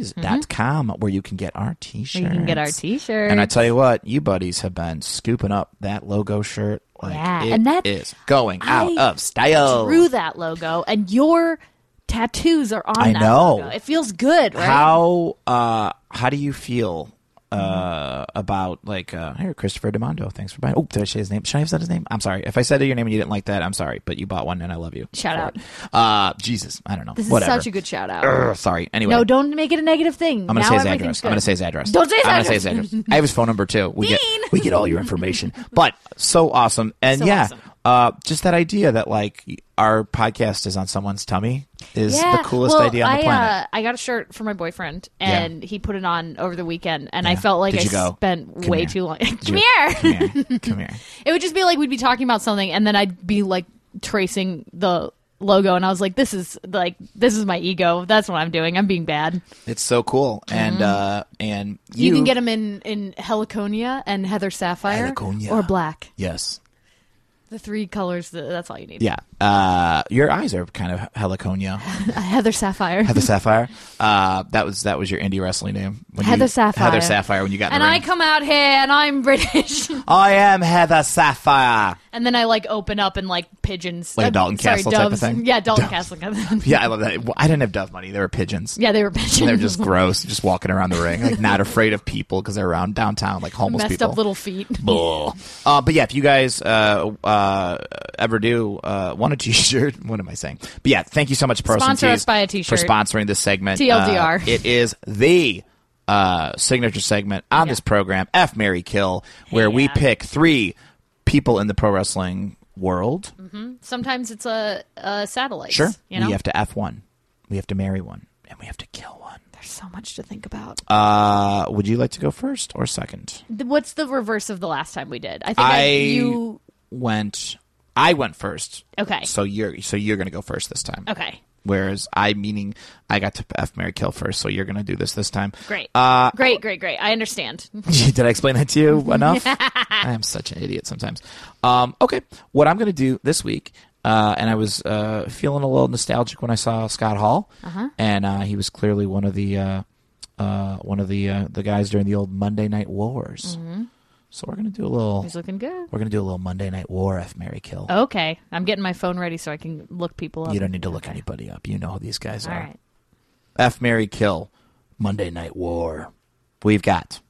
B: ProWrestlingTees.com, where you can get our T-shirts.
C: Mm-hmm. you can get our T-shirt.
B: And I tell you what, you buddies have been scooping up that logo shirt. Like
C: Yeah,
B: it
C: and that-
B: is going out
C: I
B: of style.
C: drew that logo, and your tattoos are on.
B: I
C: that
B: know.
C: logo. It feels good, right?
B: How uh, how do you feel uh, about like uh, here Christopher Demondo? Thanks for buying. Oh, did I say his name? Should I have said his name? I'm sorry if I said your name and you didn't like that. I'm sorry, but you bought one and I love you.
C: Shout
B: for
C: out.
B: it. Uh, Jesus, I don't know.
C: This is
B: Whatever.
C: such a good shout out.
B: Ugh, sorry. Anyway,
C: No, don't make it a negative thing.
B: I'm gonna
C: now
B: say his
C: everything's
B: address. I'm
C: good.
B: gonna say his address.
C: Don't say his
B: I'm gonna
C: address.
B: say his address. I have his phone number too. We
C: Dean!
B: get we get all your information. But so awesome, and
C: So
B: yeah,
C: awesome.
B: uh, just that idea that like our podcast is on someone's tummy is the coolest
C: well,
B: idea on the
C: I,
B: planet.
C: Uh, I got a shirt for my boyfriend,
B: Yeah.
C: and he put it on over the weekend, and I
B: Yeah.
C: felt like
B: Did
C: I
B: you go?
C: spent
B: Come
C: way
B: here.
C: too long.
B: Did
C: Come
B: you-
C: here.
B: come here, come here.
C: It would just be like we'd be talking about something, and then I'd be like tracing the logo, and I was like, "This is like this is my ego. That's what I'm doing. I'm being bad."
B: It's so cool, and uh, and
C: Mm-hmm. You,
B: you,
C: can get them in in heliconia and heather sapphire
B: Heliconia.
C: or black.
B: Yes,
C: The three colors. th- That's all you need.
B: yeah. Uh, your eyes are kind of heliconia,
C: Uh, heather sapphire.
B: Heather Sapphire. Uh, that was that was your indie wrestling name, when
C: Heather
B: you,
C: Sapphire.
B: Heather Sapphire. When you got in
C: and
B: the
C: I
B: ring.
C: come out here, and I'm British.
B: I am Heather Sapphire.
C: And then I like open up and like pigeons,
B: Like a
C: uh,
B: Dalton
C: sorry,
B: Castle type of
C: doves.
B: thing?
C: Yeah, Dalton
B: Doves.
C: Castle. Kind of thing.
B: Yeah, I love that. Well, I didn't have dove money. They were pigeons.
C: yeah, they were pigeons.
B: And they're just gross, just walking around the ring, like not afraid of people because they're around downtown, like homeless
C: messed
B: people.
C: up little feet.
B: Bull. Uh, but yeah, if you guys uh, uh, ever do uh, want a T-shirt, what am I saying? But yeah, thank you so much, Person
C: Sponsor
B: Tees,
C: us by a
B: for
C: T-shirt.
B: sponsoring this segment.
C: TLDR.
B: Uh, it is the uh, signature segment on this program, F Mary Kill, where we
C: Yeah.
B: pick three people in the pro wrestling world.
C: Sometimes it's a, a satellite.
B: Sure,
C: Mm, you know,
B: we have to F one, we have to marry one, and we have to kill one.
C: there's so much to think about.
B: Uh, would you like to go first or second?
C: Th- What's the reverse of the last time we did? I think I,
B: I
C: you.
B: went. I went first.
C: Okay.
B: So you're so you're gonna go first this time.
C: Okay.
B: Whereas I, meaning I got to F Mary Kill first, so you're gonna do this this time.
C: Great.
B: Uh,
C: great. Great. Great. I understand.
B: did I explain that to you enough? I am such an idiot sometimes. Um, okay, what I'm gonna do this week, uh, and I was uh, feeling a little nostalgic when I saw Scott Hall,
C: Uh-huh.
B: and uh, he was clearly one of the uh, uh, one of the uh, the guys during the old Monday Night Wars. So we're gonna do a little.
C: Mm-hmm. He's looking good.
B: We're gonna do a little Monday Night War F Mary Kill.
C: Okay, I'm getting my phone ready so I can look people up.
B: You don't need to look uh, anybody up. You know who these guys
C: All
B: are.
C: right.
B: F Mary Kill, Monday Night War. We've got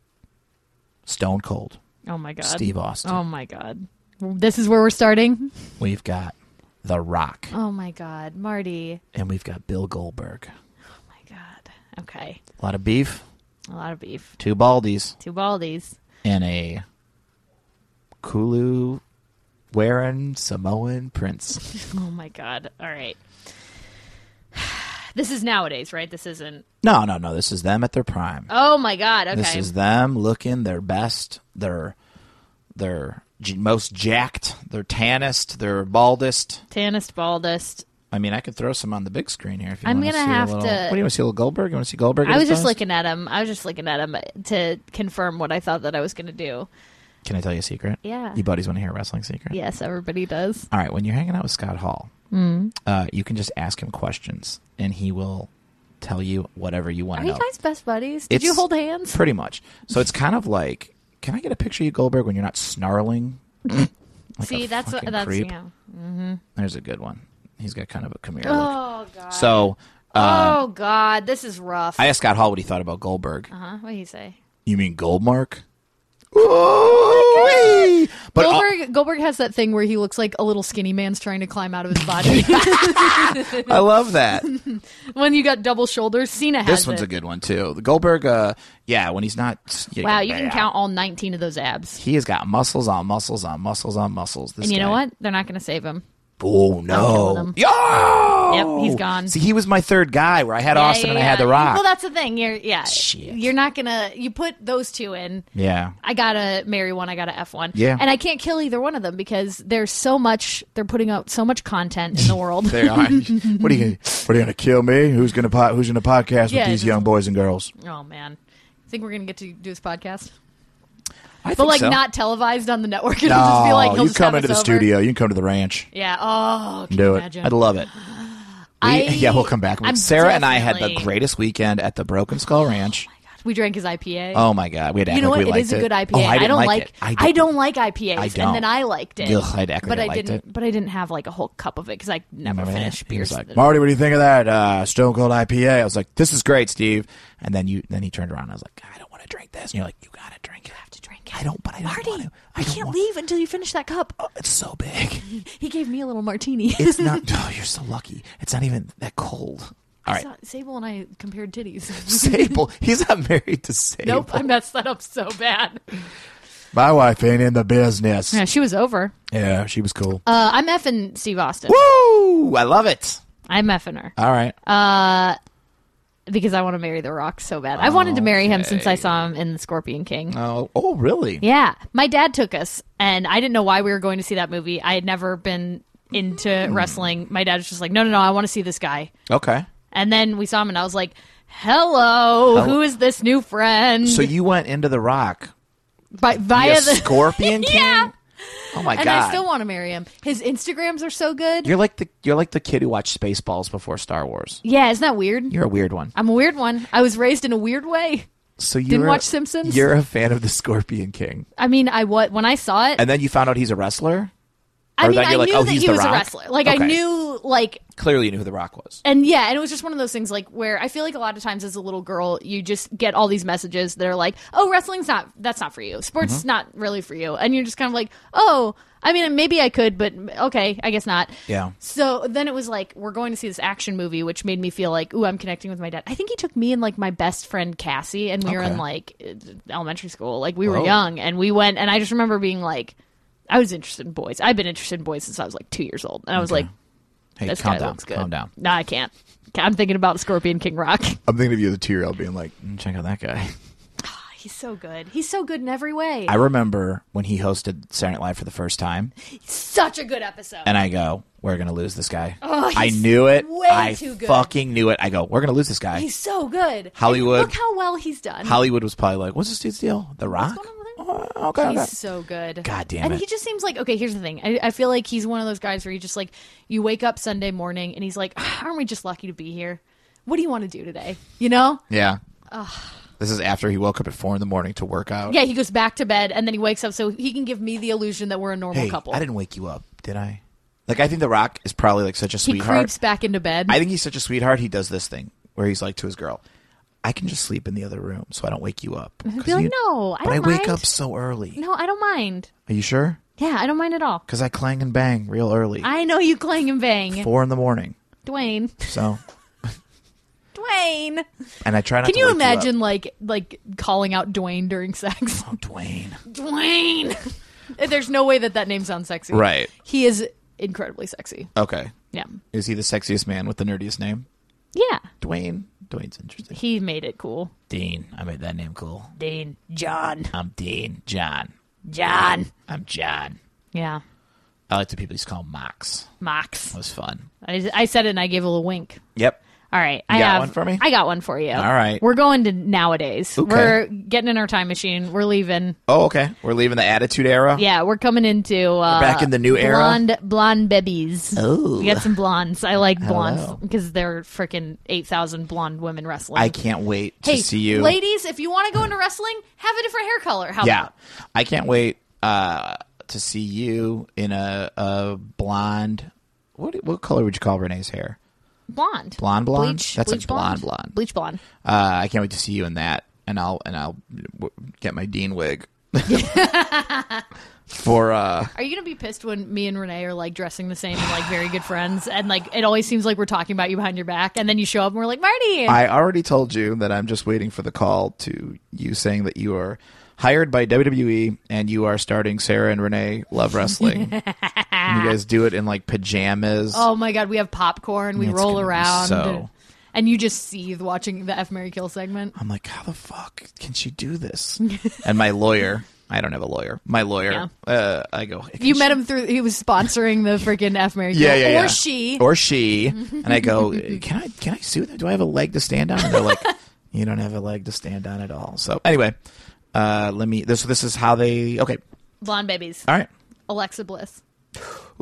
B: Stone Cold,
C: Oh my god.
B: Steve Austin.
C: Oh my god. This is where we're starting.
B: We've got The Rock,
C: Oh my god, Marty.
B: and we've got Bill Goldberg.
C: Oh my god. Okay.
B: A lot of beef,
C: A lot of beef.
B: two baldies,
C: Two baldies.
B: and a Kulu wearing Samoan prince.
C: Oh my god. All right. This is nowadays, right? This isn't.
B: No, no, no. This is them at their prime.
C: Oh my god. Okay.
B: This is them looking their best, their their j- most jacked, their tannest, their baldest.
C: Tannist baldest.
B: I mean, I could throw some on the big screen here if you
C: I'm
B: want to
C: gonna
B: see
C: have
B: a little.
C: to-
B: What do you want to see? A little Goldberg? You want to see Goldberg? at
C: I was just
B: his best?
C: looking at him. I was just looking at him to confirm what I thought that I was going to do.
B: Can I tell you a secret?
C: Yeah.
B: You buddies want to hear a wrestling secret?
C: Yes, everybody does.
B: All right. When you're hanging out with Scott Hall,
C: Hmm.
B: uh, you can just ask him questions, and he will tell you whatever you want
C: Are
B: to
C: you
B: know.
C: guys best buddies? Did you
B: It's-
C: hold hands?
B: Pretty much. So it's kind of like, can I get a picture of you, Goldberg, when you're not snarling? Like
C: See,
B: a
C: that's what
B: fucking
C: that's
B: creep.
C: yeah.
B: There's a good one. He's got kind of a Khmer look.
C: Oh god.
B: So uh,
C: oh god, this is rough. Uh-huh.
B: I asked Scott Hall what he thought about Goldberg.
C: huh? What do you say?
B: You mean Goldmark? Ooh-wee! But uh,
C: Oh Goldberg Goldberg has that thing where he looks like a little skinny man's trying to climb out of his body.
B: I love that.
C: when you got double shoulders, Cena has
B: this one's
C: it.
B: a good one too. The Goldberg, uh, yeah, when he's not. yeah,
C: wow, you can
B: yeah.
C: count all 19 of those abs.
B: He has got muscles on muscles on muscles on muscles. This
C: And you know
B: guy.
C: what? They're not going to save him.
B: Oh
C: killing
B: no!
C: him.
B: Yo!
C: Yep, he's gone.
B: See, he was my third guy where I had Austin and I had The Rock.
C: Well, that's the thing. You're yeah.
B: Shit.
C: You're not going to you put those two in.
B: yeah,
C: I gotta marry one. I gotta f one.
B: Yeah.
C: and I can't kill either one of them because there's so much. They're putting out so much content in the world.
B: they are.
D: What are you? What are you gonna kill me? Who's gonna po- Who's gonna podcast
C: Yeah,
D: with these
C: just-
D: young boys and girls?
C: oh man, I think we're gonna get to do this podcast,
B: I
C: but like
B: so.
C: not televised on the network. It'll just be
D: No,
C: like he'll
D: you
C: just
D: come
C: have
D: into the
C: us over.
D: studio. You can come to the ranch.
C: Yeah. Oh, can
D: Do
C: you
D: it.
C: imagine?
B: I'd love it. We,
C: I-
B: yeah, we'll come back.
C: I'm
B: Sarah and I had the
C: definitely-
B: greatest weekend at the Broken Skull Ranch.
C: We drank his IPA.
B: Oh my god, we had to
C: you
B: act
C: know
B: like
C: what?
B: we
C: It
B: liked
C: is a good IPA.
B: Oh, I, didn't
C: don't like.
B: it.
C: I,
B: didn't-
C: don't like IPAs,
B: I
C: and
B: don't.
C: then I liked it.
B: Ugh, I'd act like
C: but
B: I
C: I,
B: liked
C: didn't. But I didn't have like a whole cup of it because I never
B: Remember that?
C: finished
B: He was
C: beers.
B: like,
D: Marty, what do you think of that uh, Stone Cold
B: IPA.
D: IPA?
B: I was like, "This is great, Steve." And then you, then he turned around. And I was like, "I don't want to drink this." And you're like, "You gotta drink it. You have to
C: drink
B: I don't, but I don't
C: Marty,
B: want to. I
C: I
B: don't
C: can't
B: want-
C: leave until you finish that cup.
B: Oh, it's so big.
C: He gave me a little martini.
B: It's not. oh, you're so lucky. It's not even that cold. All right,
C: Sa- Sable and I compared titties.
B: Sable. He's not married to Sable.
C: nope, I messed that up so bad.
D: My wife ain't in the business.
C: Yeah, she was over.
D: Yeah, she was cool.
C: Uh, I'm effing Steve Austin.
B: Woo! I love it.
C: I'm effing her
B: All right.
C: Uh, because I want to marry The Rock so bad. I've wanted to marry him since I saw him in The Scorpion King.
B: oh, oh, really?
C: Yeah, my dad took us, and I didn't know why we were going to see that movie. I had never been into
B: Hmm.
C: wrestling. My dad was just like, "No, no, no, I want to see this guy."
B: Okay.
C: And then we saw him, and I was like, "Hello,
B: Hel-
C: who is this new friend?"
B: So you went into the Rock
C: By, via
B: via
C: the
B: Scorpion King.
C: Yeah.
B: Oh my
C: and
B: god.
C: I still want to marry him. His Instagrams are so good.
B: you're like the you're like the kid who watched Spaceballs before Star Wars.
C: yeah, isn't that weird?
B: You're a weird one.
C: I'm a weird one. I was raised in a weird way.
B: So you
C: Didn't watch Simpsons?
B: You're a fan of the Scorpion King,
C: I mean, I what when I saw it,
B: and then you found out he's a wrestler.
C: I
B: or
C: mean,
B: that
C: I
B: you're like,
C: knew
B: "Oh,
C: that
B: he's
C: he
B: The
C: was
B: Rock?"
C: a wrestler. Like
B: Okay.
C: I knew, like,
B: Clearly, you knew who the Rock was.
C: and yeah, and it was just one of those things like where I feel like a lot of times as a little girl, you just get all these messages that are like, "Oh, wrestling's not that's not for you. Sports
B: Mm-hmm.
C: is not really for you," and you're just kind of like, "Oh." I mean, maybe I could, but okay, I guess not.
B: Yeah.
C: So then it was like we're going to see this action movie, which made me feel like, ooh, I'm connecting with my dad. I think he took me and like my best friend Cassie, and we were
B: Okay. Oh.
C: in like uh, elementary school, like we
B: Whoa.
C: were young, and we went. And I just remember being like, I was interested in boys. I've been interested in boys since I was like two years old, and I was like,
B: Hey,
C: this
B: calm
C: guy
B: down.
C: looks good.
B: Calm down.
C: Nah, I can't. I'm thinking about Scorpion King Rock.
D: I'm thinking of you, the T-Rail, being like,
B: Mm, Check out that guy.
C: He's so good. He's so good in every way.
B: I remember when he hosted Saturday Night Live for the first time,
C: Such a good episode.
B: and I go, "We're gonna lose this guy."
C: Oh,
B: I
C: he's
B: knew it.
C: way
B: I
C: too good.
B: fucking knew it. I go, "We're gonna lose this guy."
C: He's so good. And
B: Hollywood.
C: Look how well he's done.
B: Hollywood was probably like, "What's this dude's deal? The Rock?"
C: going on
B: Oh, okay, okay.
C: He's so good.
B: God damn
C: and
B: it.
C: he just seems like okay. Here's the thing. I, I feel like he's one of those guys where you just like you wake up Sunday morning and he's like, "Ah, "Aren't we just lucky to be here? What do you want to do today? You know?
B: Yeah. This is after he woke up at four in the morning to work out.
C: Yeah. He goes back to bed and then he wakes up so he can give me the illusion that we're a normal
B: Hey,
C: couple.
B: I didn't wake you up, did I? Like, I think The Rock is probably like such a
C: he
B: sweetheart.
C: creeps back into bed.
B: I think he's such a sweetheart. He does this thing where he's like to his girl, "I can just sleep in the other room, so I don't wake you up." 'Cause
C: be like,
B: you-
C: "No, I
B: but I
C: don't
B: wake
C: mind."
B: up so early.
C: no, I don't mind.
B: Are you sure?
C: Yeah, I don't mind at all.
B: Because I clang and bang real early,
C: I know you clang and bang,
B: four in the morning.
C: Dwayne.
B: So,
C: Dwayne.
B: and I try not.
C: Can
B: to
C: you
B: wake up.
C: imagine like like calling out Dwayne during sex?
B: Oh, Dwayne?
C: Dwayne. There's no way that that name sounds sexy.
B: Right.
C: He is incredibly sexy.
B: Okay,
C: Yeah.
B: is he the sexiest man with the nerdiest name?
C: Yeah.
B: Dwayne. Dwayne's interesting.
C: He made it cool.
B: Dean. I made that name cool.
C: Dean. John.
B: I'm Dean. John.
C: John.
B: I'm John.
C: Yeah.
B: I like the people just call him Max.
C: Mox.
B: That was fun.
C: I, I said it and I gave a little wink.
B: Yep.
C: All right. I
B: got
C: have
B: one for me?
C: I got one for you.
B: All right.
C: We're going to nowadays.
B: Okay.
C: We're getting in our time machine. We're leaving.
B: Oh, okay. We're leaving the Attitude Era.
C: Yeah, we're coming into uh,
B: back in the new era?
C: blonde, era. Blonde babies.
B: Oh.
C: we got some blondes. I like blondes
B: Hello.
C: because they're freaking eight thousand blonde women wrestling.
B: I can't wait to
C: hey,
B: see you.
C: ladies. If you want to go into wrestling, have a different hair color. How
B: Yeah.
C: about?
B: I can't wait uh, to see you in a, a blonde. What what color would you call Renee's hair?
C: blonde?
B: Blonde, blonde?
C: Bleach,
B: That's a
C: bleach blonde,
B: blonde, blonde.
C: bleach blonde.
B: Uh, I can't wait to see you in that, and I'll and I'll w- get my dean wig. for uh
C: Are you gonna be pissed when me and Renee are like dressing the same and like very good friends and like it always seems like we're talking about you behind your back and then you show up and we're like Marty?
B: I already told you that I'm just waiting for the call to you saying that you are hired by WWE and you are starting Sarah and Renee Love Wrestling. and you guys do it in like pajamas.
C: oh my god, we have popcorn, we
B: It's
C: roll
B: gonna be
C: around,
B: so-
C: and you just seethe watching the F Mary Kill segment.
B: I'm like, how the fuck can she do this? and my lawyer, I don't have a lawyer. My lawyer, uh, I go, "Can
C: You
B: she
C: met him through he was sponsoring the freaking F Mary Kill
B: yeah, yeah,
C: or
B: yeah.
C: she.
B: or she, and I go, can I can I sue them? Do I have a leg to stand on? And they're like, you don't have a leg to stand on at all. So anyway, uh, let me. This this is how they. Okay,
C: Blonde babies,
B: all right.
C: Alexa Bliss,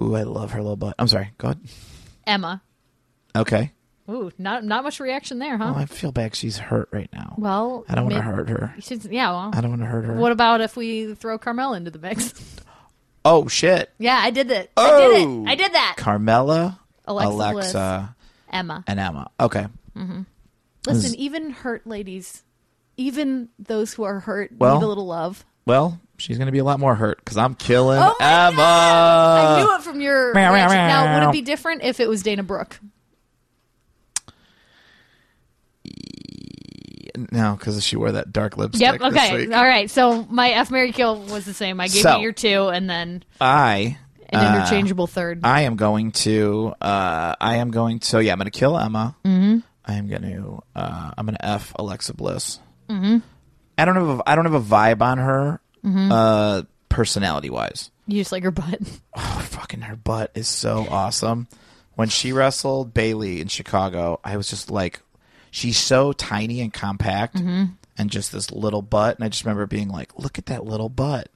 B: Ooh, I love her little butt. I'm sorry. Go ahead.
C: Emma.
B: Okay.
C: Ooh, not not much reaction there, huh?
B: Oh, I feel bad. She's hurt right now.
C: well,
B: I don't want to
C: mid-
B: hurt her.
C: you should- yeah, well,
B: I don't want to hurt her.
C: what about if we throw Carmel into the mix?
B: Oh shit,
C: yeah, I did it. I did
B: Oh!
C: it. I did that.
B: Carmella,
C: Alexa
B: Alexa,
C: Emma.
B: and Emma. Okay.
C: Listen, even hurt ladies, even those who are hurt
B: Well-
C: need a little love.
B: Well, she's gonna be a lot more hurt because I'm killing
C: Oh my
B: Emma.
C: I knew it from your
B: meow, meow,
C: reaction. Now, would
B: meow.
C: it be different if it was Dana Brooke?
B: No, because she wore that dark lipstick.
C: Yep.
B: this
C: Okay. Uh,
B: week.
C: All right. So my F Mary Kill was the same. I gave
B: So-
C: you your two, and then
B: I
C: an
B: uh,
C: interchangeable third.
B: I am going to. Uh, I am going. To, so yeah, I'm going to kill Emma. Mm-hmm. I am going to. Uh, I'm going to f Alexa Bliss. Mm-hmm. I don't have. A, I don't have a vibe on her. Uh, personality wise,
C: you just like her butt.
B: oh, fucking her butt is so awesome. When she wrestled Bailey in Chicago, I was just like, she's so tiny and compact, and just this little butt. And I just remember being like, look at that little butt.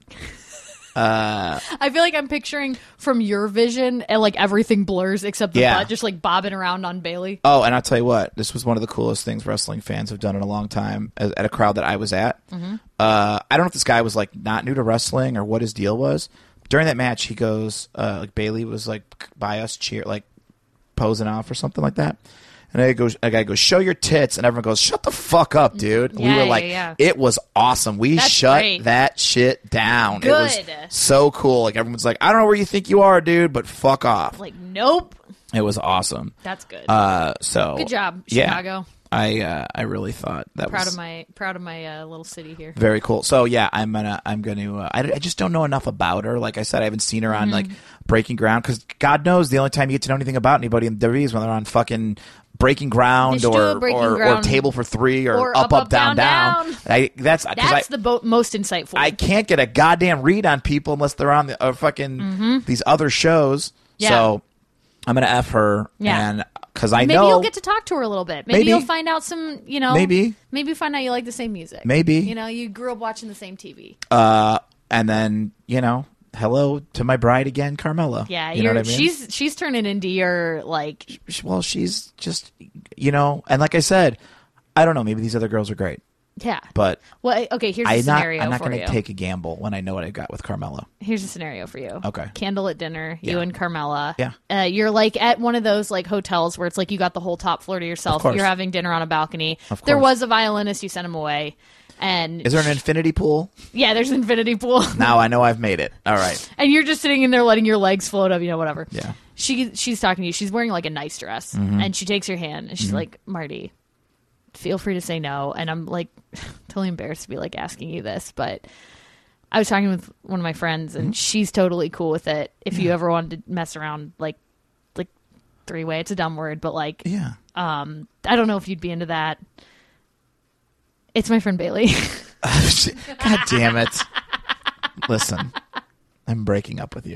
C: I feel like I'm picturing from your vision, and like everything blurs except the
B: Yeah.
C: butt, just like bobbing around on Bailey.
B: Oh, and I'll tell you what, this was one of the coolest things wrestling fans have done in a long time as- at a crowd that I was at.
C: Mm-hmm.
B: Uh, I don't know if this guy was like not new to wrestling or what his deal was. During that match, he goes, uh, like Bailey was like by us cheer, like posing off or something like that. And I go, a guy goes, show your tits, and everyone goes, shut the fuck up, dude. And we
C: Yeah,
B: were
C: yeah,
B: like,
C: yeah.
B: it was awesome. We
C: That's
B: shut
C: great.
B: that shit down. It
C: Good.
B: was so cool. Like everyone's like, I don't know where you think you are, dude, but fuck off.
C: Like, nope.
B: It was awesome.
C: That's good.
B: Uh, so
C: Good job,
B: yeah.
C: Chicago.
B: I uh, I really thought that
C: proud
B: was
C: of my proud of my uh, little city here.
B: very cool. So yeah, I'm gonna I'm gonna uh, I, I just don't know enough about her. Like I said, I haven't seen her on like
C: Mm-hmm.
B: Breaking Ground because God knows the only time you get to know anything about anybody in WWE is when they're on fucking Breaking Ground
C: Just do
B: or
C: a Breaking
B: or, or
C: Ground.
B: Table for Three or,
C: Or
B: Up Up Down Down.
C: Down.
B: I, that's 'cause I,
C: That's the bo- most insightful.
B: I can't get a goddamn read on people unless they're on the uh, fucking these other shows.
C: Mm-hmm. Yeah.
B: So I'm gonna f her
C: Yeah.
B: and because I
C: maybe
B: know
C: you'll get to talk to her a little bit. Maybe,
B: Maybe.
C: you'll find out some. You know,
B: Maybe.
C: maybe find out you like the same music.
B: Maybe. Uh,
C: you know you grew up watching the same TV.
B: and then you know, hello to my bride again, Carmela.
C: yeah,
B: you know
C: you're-
B: what I mean.
C: she's she's turning into your like.
B: Sh- well, she's just you know, and like I said, I don't know. Maybe these other girls are great,
C: Yeah.
B: but
C: well, I- okay. Here's a
B: I'm not.
C: scenario
B: I'm not
C: for
B: going
C: you.
B: to take a gamble when I know what I've got with Carmela.
C: here's a scenario for you.
B: Okay.
C: Candle at dinner, you
B: Yeah.
C: and Carmela.
B: Yeah.
C: Uh, you're like at one of those like hotels where it's like you got the whole top floor to yourself.
B: course.
C: You're having dinner on a balcony.
B: Of
C: There
B: course.
C: was a violinist. You sent him away. And
B: Is there an infinity pool?
C: yeah, there's an infinity pool.
B: Now I know I've made it. All right.
C: and you're just sitting in there letting your legs float up, you know, whatever.
B: Yeah. Mm-hmm.
C: She she's talking to you. She's wearing like a nice dress, and she takes your hand and she's like, "Marty, feel free to say no." And I'm like, totally embarrassed to be like asking you this, but I was talking with one of my friends,
B: Mm-hmm.
C: and she's totally cool with it. If you ever wanted to mess around, like like three way, it's a dumb word, but like,
B: Yeah.
C: um, I don't know if you'd be into that. It's my friend Bailey.
B: God damn it! Listen, I'm breaking up with you.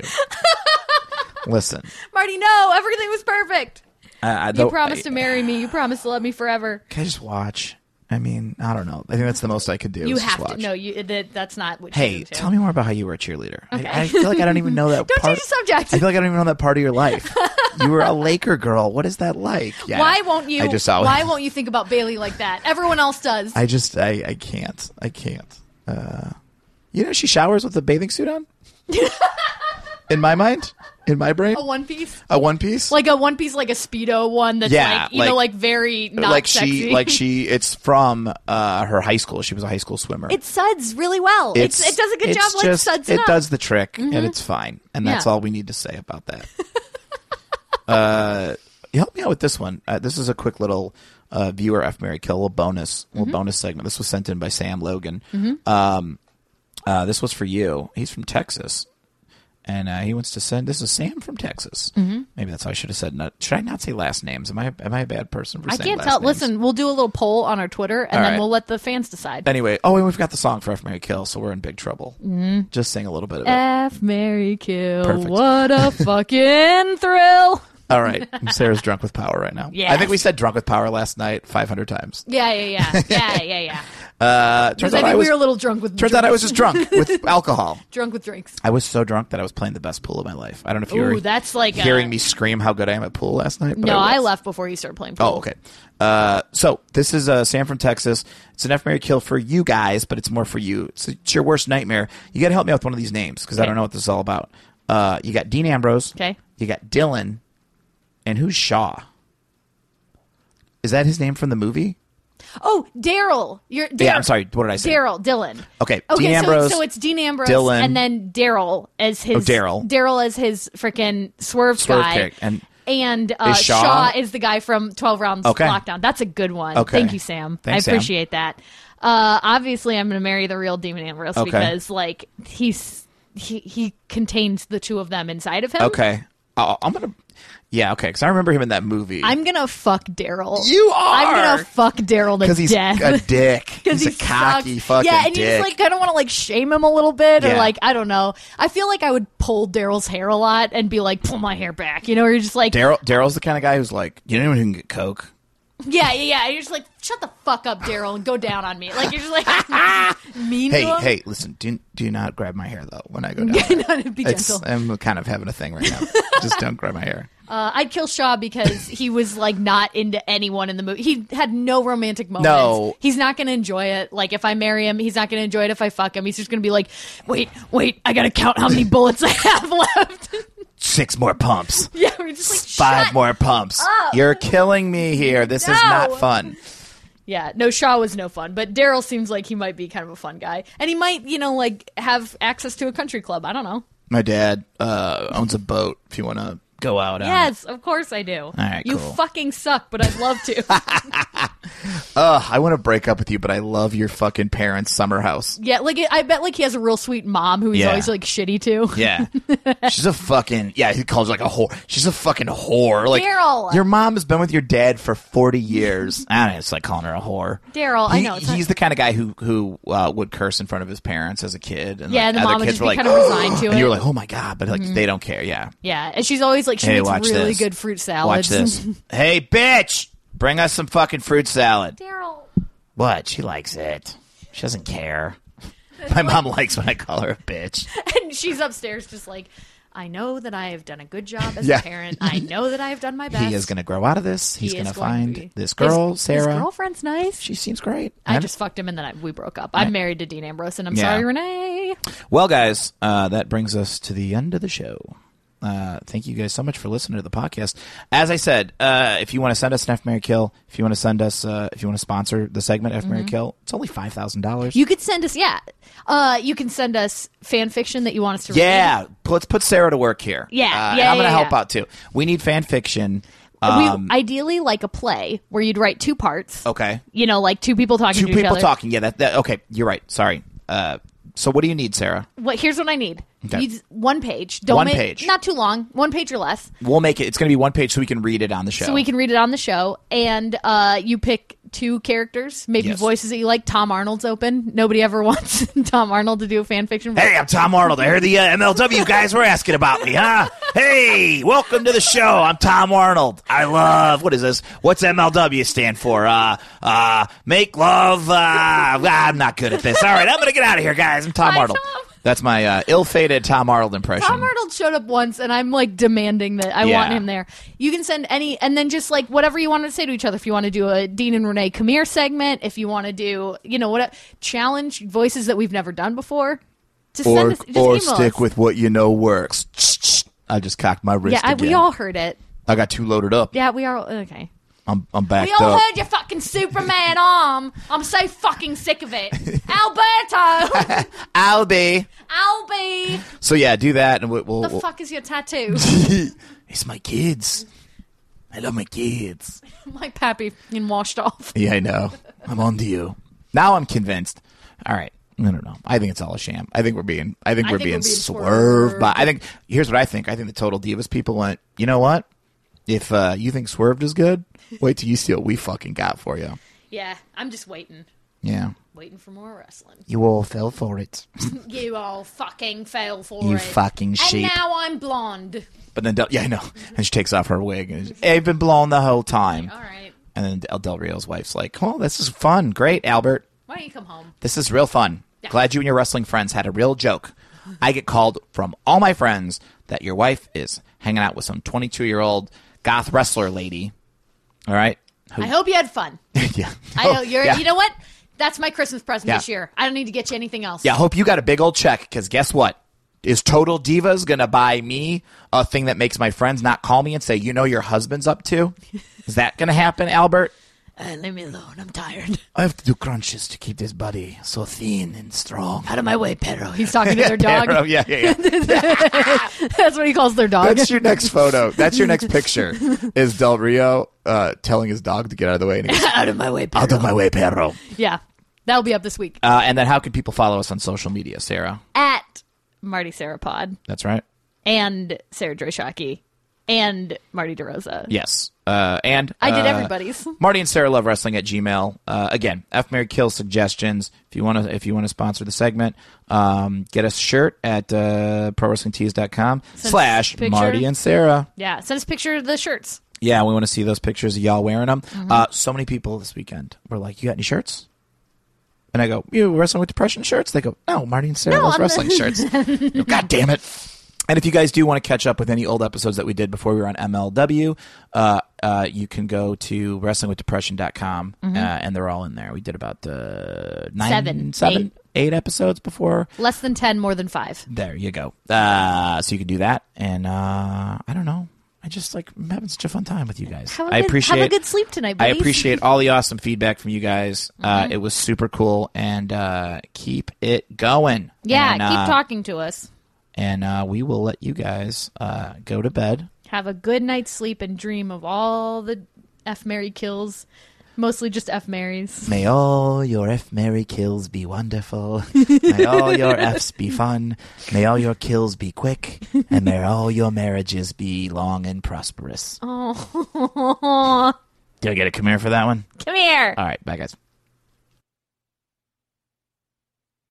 B: Listen,
C: Marty, no, everything was perfect.
B: I, I
C: You
B: don't-
C: promised
B: I-
C: to marry me. You promised to love me forever.
B: Can I just watch? I mean, I don't know. I think that's the most I could do.
C: You
B: is just
C: have
B: watch.
C: to. No, you, that, that's not what
B: Hey,
C: you do.
B: tell me more about how you were a cheerleader. I, I feel like I don't even know that.
C: Don't change
B: part,
C: the subject.
B: I feel like I don't even know that part of your life. you were a Laker girl. What is that like? Yeah.
C: Why won't you?
B: I just saw.
C: Why won't you think about Bailey like that? Everyone else does.
B: I just. I. I can't. I can't. Uh, you know, she showers with a bathing suit on. in my mind, in my brain,
C: A one piece.
B: a one piece.
C: Oh, Like a one piece, like a speedo one that's
B: Yeah,
C: like you
B: like-
C: know, like very not
B: like
C: sexy.
B: she, like she. It's from uh, her high school. She was a high school swimmer.
C: it suds really well. It's, it does a good
B: it's
C: job,
B: just-
C: like suds up.
B: it
C: Mm-hmm.
B: does the trick, and it's fine. And that's
C: Yeah.
B: all we need to say about that. uh, you help me out with this one. Uh, this is a quick little uh, viewer F Mary Kill, a little bonus, little
C: Mm-hmm.
B: bonus segment. This was sent in by Sam Logan. Um, uh, this was for you. He's from Texas. And uh, he wants to send. This is Sam from Texas. Mm-hmm. Maybe that's how I should have said. Not, should I not say last names? Am I am I a bad person for
C: I
B: saying
C: can't
B: last
C: tell.
B: names?
C: Listen, we'll do a little poll on our Twitter, and
B: All
C: then
B: right.
C: we'll let the fans decide.
B: Anyway, oh, and we've got the song for F Mary Kill, so we're in big trouble.
C: Mm-hmm.
B: Mm. Just sing a little bit of it.
C: F Mary Kill.
B: Perfect.
C: What a fucking thrill.
B: All right. Sarah's drunk with power right now.
C: Yes.
B: I think we said drunk with power last night 500 times.
C: Yeah, yeah, yeah. Yeah, yeah, yeah.
B: Uh, turns
C: Because I
B: out
C: think
B: I was,
C: we were a little drunk with
B: turns out I was just drunk with alcohol.
C: drunk with drinks.
B: I was so drunk that I was playing the best pool of my life. I don't know if you
C: Ooh,
B: were
C: that's like a-
B: hearing me scream how good I am at pool last night. but
C: No,
B: was.
C: I left before you started playing.
B: Oh, okay. Uh, so this is uh, Sam from Texas. It's an F Mary Kill for you guys, but it's more for you. It's, it's your worst nightmare. You got to help me out with one of these names because I
C: Okay.
B: don't know what this is all about. Uh, you got Dean Ambrose.
C: Okay.
B: You got Dylan, and who's Shaw? Is that his name from the movie?
C: Oh, Daryl. You're Daryl.
B: Yeah, I'm sorry. What did I say?
C: Daryl, Dylan.
B: Okay,
C: Okay,
B: Dean
C: so,
B: Ambrose,
C: so it's Dean Ambrose
B: Dylan. Oh,
C: and then Daryl as his
B: Daryl.
C: Daryl as his freaking swerve,
B: Swerve
C: guy.
B: kick. And-
C: And, uh,
B: Is Shaw-
C: Shaw? is the guy from Twelve Rounds
B: Okay.
C: Lockdown. That's a good one.
B: Okay.
C: Thank you, Sam. I
B: Thanks, Sam.
C: appreciate that. Uh, obviously, I'm going to marry the real Demon Ambrose
B: Okay.
C: because like he's he he contains the two of them inside of him.
B: Okay. Oh, I'm gonna. Yeah. Okay. Because I remember him in that movie.
C: I'm gonna fuck Daryl.
B: You are.
C: I'm gonna fuck Daryl to
B: because he's
C: death.
B: a dick.
C: because
B: he's a
C: he
B: cocky
C: sucks.
B: fucking
C: yeah, and you
B: dick.
C: just like kind of want to like shame him a little bit,
B: Yeah.
C: or like I don't know. I feel like I would pull Daryl's hair a lot and be like, pull my hair back, you know? Or you're just like,
B: Daryl. Daryl's the kind of guy who's like, you know anyone who can get coke?
C: yeah, yeah, yeah. And You're just like, shut the fuck up, Daryl, and go down on me. Like you're just like mean.
B: Hey,
C: to him.
B: hey, listen, do do not grab my hair though when I go down. there.
C: No, to be
B: It's-
C: gentle.
B: I'm kind of having a thing right now. Just don't grab my hair.
C: Uh, I'd kill Shaw because he was like not into anyone in the movie. He had no romantic moments.
B: No.
C: he's not going to enjoy it. Like if I marry him, he's not going to enjoy it. If I fuck him, he's just going to be like, wait, wait, I got to count how many bullets I have left.
B: Six more pumps.
C: yeah, we're just like
B: Five
C: shut
B: more pumps.
C: up.
B: You're killing me here. This is
C: No.
B: not fun.
C: Yeah, no, Shaw was no fun, but Daryl seems like he might be kind of a fun guy, and he might, you know, like have access to a country club. I don't know.
B: My dad uh, owns a boat. If you want to go out, on it.
C: Yes, of course I do. All
B: right,
C: you
B: cool.
C: fucking suck, but I'd love to.
B: Ugh, uh, I want to break up with you, but I love your fucking parents' summer house.
C: yeah, like I bet like he has a real sweet mom who he's
B: Yeah.
C: always like shitty to.
B: Yeah, she's a fucking yeah. He calls her like a whore. She's a fucking whore. Like
C: Daryl.
B: your mom has been with your dad for forty years. I don't know. It's like calling her a whore.
C: Daryl, I
B: He-
C: know, it's
B: he's
C: not-
B: the kind of guy who who uh, would curse in front of his parents as a kid. And
C: Yeah,
B: like,
C: and the
B: other
C: mom would
B: kids
C: just
B: were
C: be
B: like,
C: kind of resigned to
B: and you were
C: it. Mm-hmm.
B: like, oh my god, but like they don't care. Yeah,
C: Yeah, and she's always like she
B: Hey, watch
C: makes really
B: this.
C: good fruit
B: watch
C: salads.
B: this. hey, bitch, bring us some fucking fruit salad.
C: Daryl.
B: What? She likes it. She doesn't care. My mom likes when I call her a bitch.
C: And she's upstairs just like, I know that I have done a good job as
B: Yeah.
C: a parent. I know that I have done my best.
B: He is going to grow out of this. He's
C: He
B: going
C: is
B: to
C: going
B: find
C: be-
B: this
C: His-
B: girl,
C: his
B: Sarah.
C: girlfriend's nice.
B: She seems great.
C: I
B: And-
C: just fucked him and then I, we broke up. I'm married to Dean Ambrose and I'm
B: Yeah.
C: sorry, Renee.
B: well, guys, uh, that brings us to the end of the show. Uh, thank you guys so much for listening to the podcast. As I said, uh, if you want to send us an F Mary Kill, if you want to send us, uh, if you want to sponsor the segment F Mary Kill, it's only five thousand dollars.
C: Mm-hmm. You could send us, yeah. Uh, you can send us fan fiction that you want us to read.
B: Yeah, p- let's put Sarah to work here.
C: Yeah,
B: Uh,
C: yeah,
B: I'm going to
C: yeah,
B: help
C: yeah.
B: out too. We need fan fiction.
C: We-
B: Um,
C: ideally, like a play where you'd write two parts.
B: okay,
C: You know, like two people talking
B: two
C: to each
B: people
C: other.
B: talking. Yeah, that, that. Okay, you're right. Sorry. Uh, so what do you need, Sarah?
C: What, here's what I need.
B: Okay.
C: Needs one page. Don't
B: One
C: make,
B: page.
C: Not too long. One page or less.
B: We'll make it. It's going to be one page so we can read it on the show.
C: So we can read it on the show. And uh, you pick two characters, maybe
B: Yes.
C: voices that you like. Tom Arnold's open. Nobody ever wants Tom Arnold to do a fan fiction.
B: Hey, I'm Tom Arnold. I heard the uh, MLW guys were asking about me, huh? Hey, welcome to the show. I'm Tom Arnold. I love what is this? What's MLW stand for? Uh, uh, make love. Uh, I'm not good at this. All right, I'm gonna get out of here, guys. I'm Tom
C: Bye,
B: Arnold.
C: Tom.
B: That's my uh, ill-fated Tom Arnold impression.
C: Tom Arnold showed up once, and I'm like demanding that I
B: Yeah.
C: want him there. You can send any, and then just like whatever you want to say to each other. If you want to do a Dean and Renee come here segment, if you want to do, you know, what challenge voices that we've never done before, just
D: Or,
C: send us, just
D: or
C: email
D: stick
C: us.
D: with what you know works. I just cocked my wrist.
C: Yeah, I,
D: again.
C: we all heard it.
D: I got too loaded up.
C: Yeah, we are okay.
D: I'm I'm backed
C: We all
D: up.
C: heard your fucking Superman arm. I'm so fucking sick of it, Alberto.
B: I'll be.
C: Albie,
B: So yeah, do that, and we'll. we'll,
C: the
B: we'll-
C: fuck is your tattoo?
D: it's my kids. I love my kids.
C: My pappy and washed off.
B: yeah, I know.
D: I'm on to you.
B: Now I'm convinced. All right. I don't know. I think it's all a sham. I think we're being. I think
C: I
B: we're
C: think
B: being,
C: we're being
B: swerved.
C: swerved.
B: By I think here's what I think. I think the total divas people went. You know what? If uh, you think swerved is good, wait till you see what we fucking got for you.
C: Yeah, I'm just waiting,
B: Yeah.
C: waiting for more wrestling.
B: You all fell for it.
C: You all fucking fail for
B: You
C: it.
B: fucking sheep.
C: And now I'm blonde.
B: But then, Del- yeah, I know. And she takes off her wig. And she's, I've been blown the whole time.
C: All right,
B: And then Del, Del Rio's wife's like, "Oh, this is fun. Great, Albert.
C: why don't you come home?
B: This is real fun.
C: Yeah.
B: Glad you and your wrestling friends had a real joke. I get called from all my friends that your wife is hanging out with some 22 year old goth wrestler lady. All right. Who-
C: I hope you had fun.
B: yeah.
C: I know you're.
B: yeah.
C: You know what? That's my Christmas present
B: Yeah.
C: this year. I don't need to get you anything else.
B: Yeah, hope you got a big old check because guess what? Is Total Divas gonna buy me a thing that makes my friends not call me and say, "You know, your husband's up to"? Is that gonna happen, Albert?
C: Uh, leave me alone. I'm tired.
B: I have to do crunches to keep this body so thin and strong.
C: Out of my way, Pedro. Oh, He's talking to their dog.
B: yeah, yeah, yeah.
C: That's what he calls their dog.
B: That's your next photo. That's your next picture. Is Del Rio uh, telling his dog to get out of the way? And he goes,
C: Out of my way, Pedro.
B: out of my way, perro.
C: Yeah, that'll be up this week
B: Uh, and then, how can people follow us on social media, Sarah?
C: at Marty Sarah Pod.
B: That's right.
C: and Sarah Droshaki and Marty DeRosa.
B: Yes. Uh, and
C: I did
B: uh,
C: everybody's.
B: Marty and Sarah love wrestling at Gmail. Uh, again, F Mary Kill suggestions. If you want to, if you want to sponsor the segment, um, get us a shirt at uh, prowrestlingtees.com
C: Send
B: slash
C: picture.
B: Marty and Sarah.
C: Yeah, send us a picture of the shirts.
B: Yeah, we want to see those pictures of y'all wearing them.
C: Mm-hmm.
B: Uh, so many people this weekend were like, "You got any shirts?" And I go, "You wrestling with depression shirts?" They go, "No, Marty and Sarah
C: No,
B: loves
C: I'm
B: wrestling shirts." I go, God damn it! And if you guys do want to catch up with any old episodes that we did before we were on MLW, uh, uh, you can go to wrestlingwithdepression.com, uh, and they're all in there. We did about uh,
C: Mm-hmm.
B: nine,
C: Seven,
B: seven, eight episodes before
C: Less than 10, more than 5.
B: there you go. Uh, so you can do that, and uh, I don't know. I just like I'm having such a fun time with you guys.
C: Have a
B: I
C: good-
B: appreciate.
C: have a good sleep tonight,
B: I
C: buddies.
B: appreciate all the awesome feedback from you guys. Uh,
C: Mm-hmm.
B: it was super cool, and uh, keep it going.
C: Yeah,
B: And,
C: keep
B: uh,
C: talking to us.
B: And uh, we will let you guys uh, go to bed.
C: Have a good night's sleep and dream of all the F Mary kills, mostly just F Marys.
B: May all your F Mary kills be wonderful. May all your Fs be fun. May all your kills be quick, and may all your marriages be long and prosperous.
C: Oh,
B: Do I get a come here for that one?
C: come here.
B: All right, bye guys.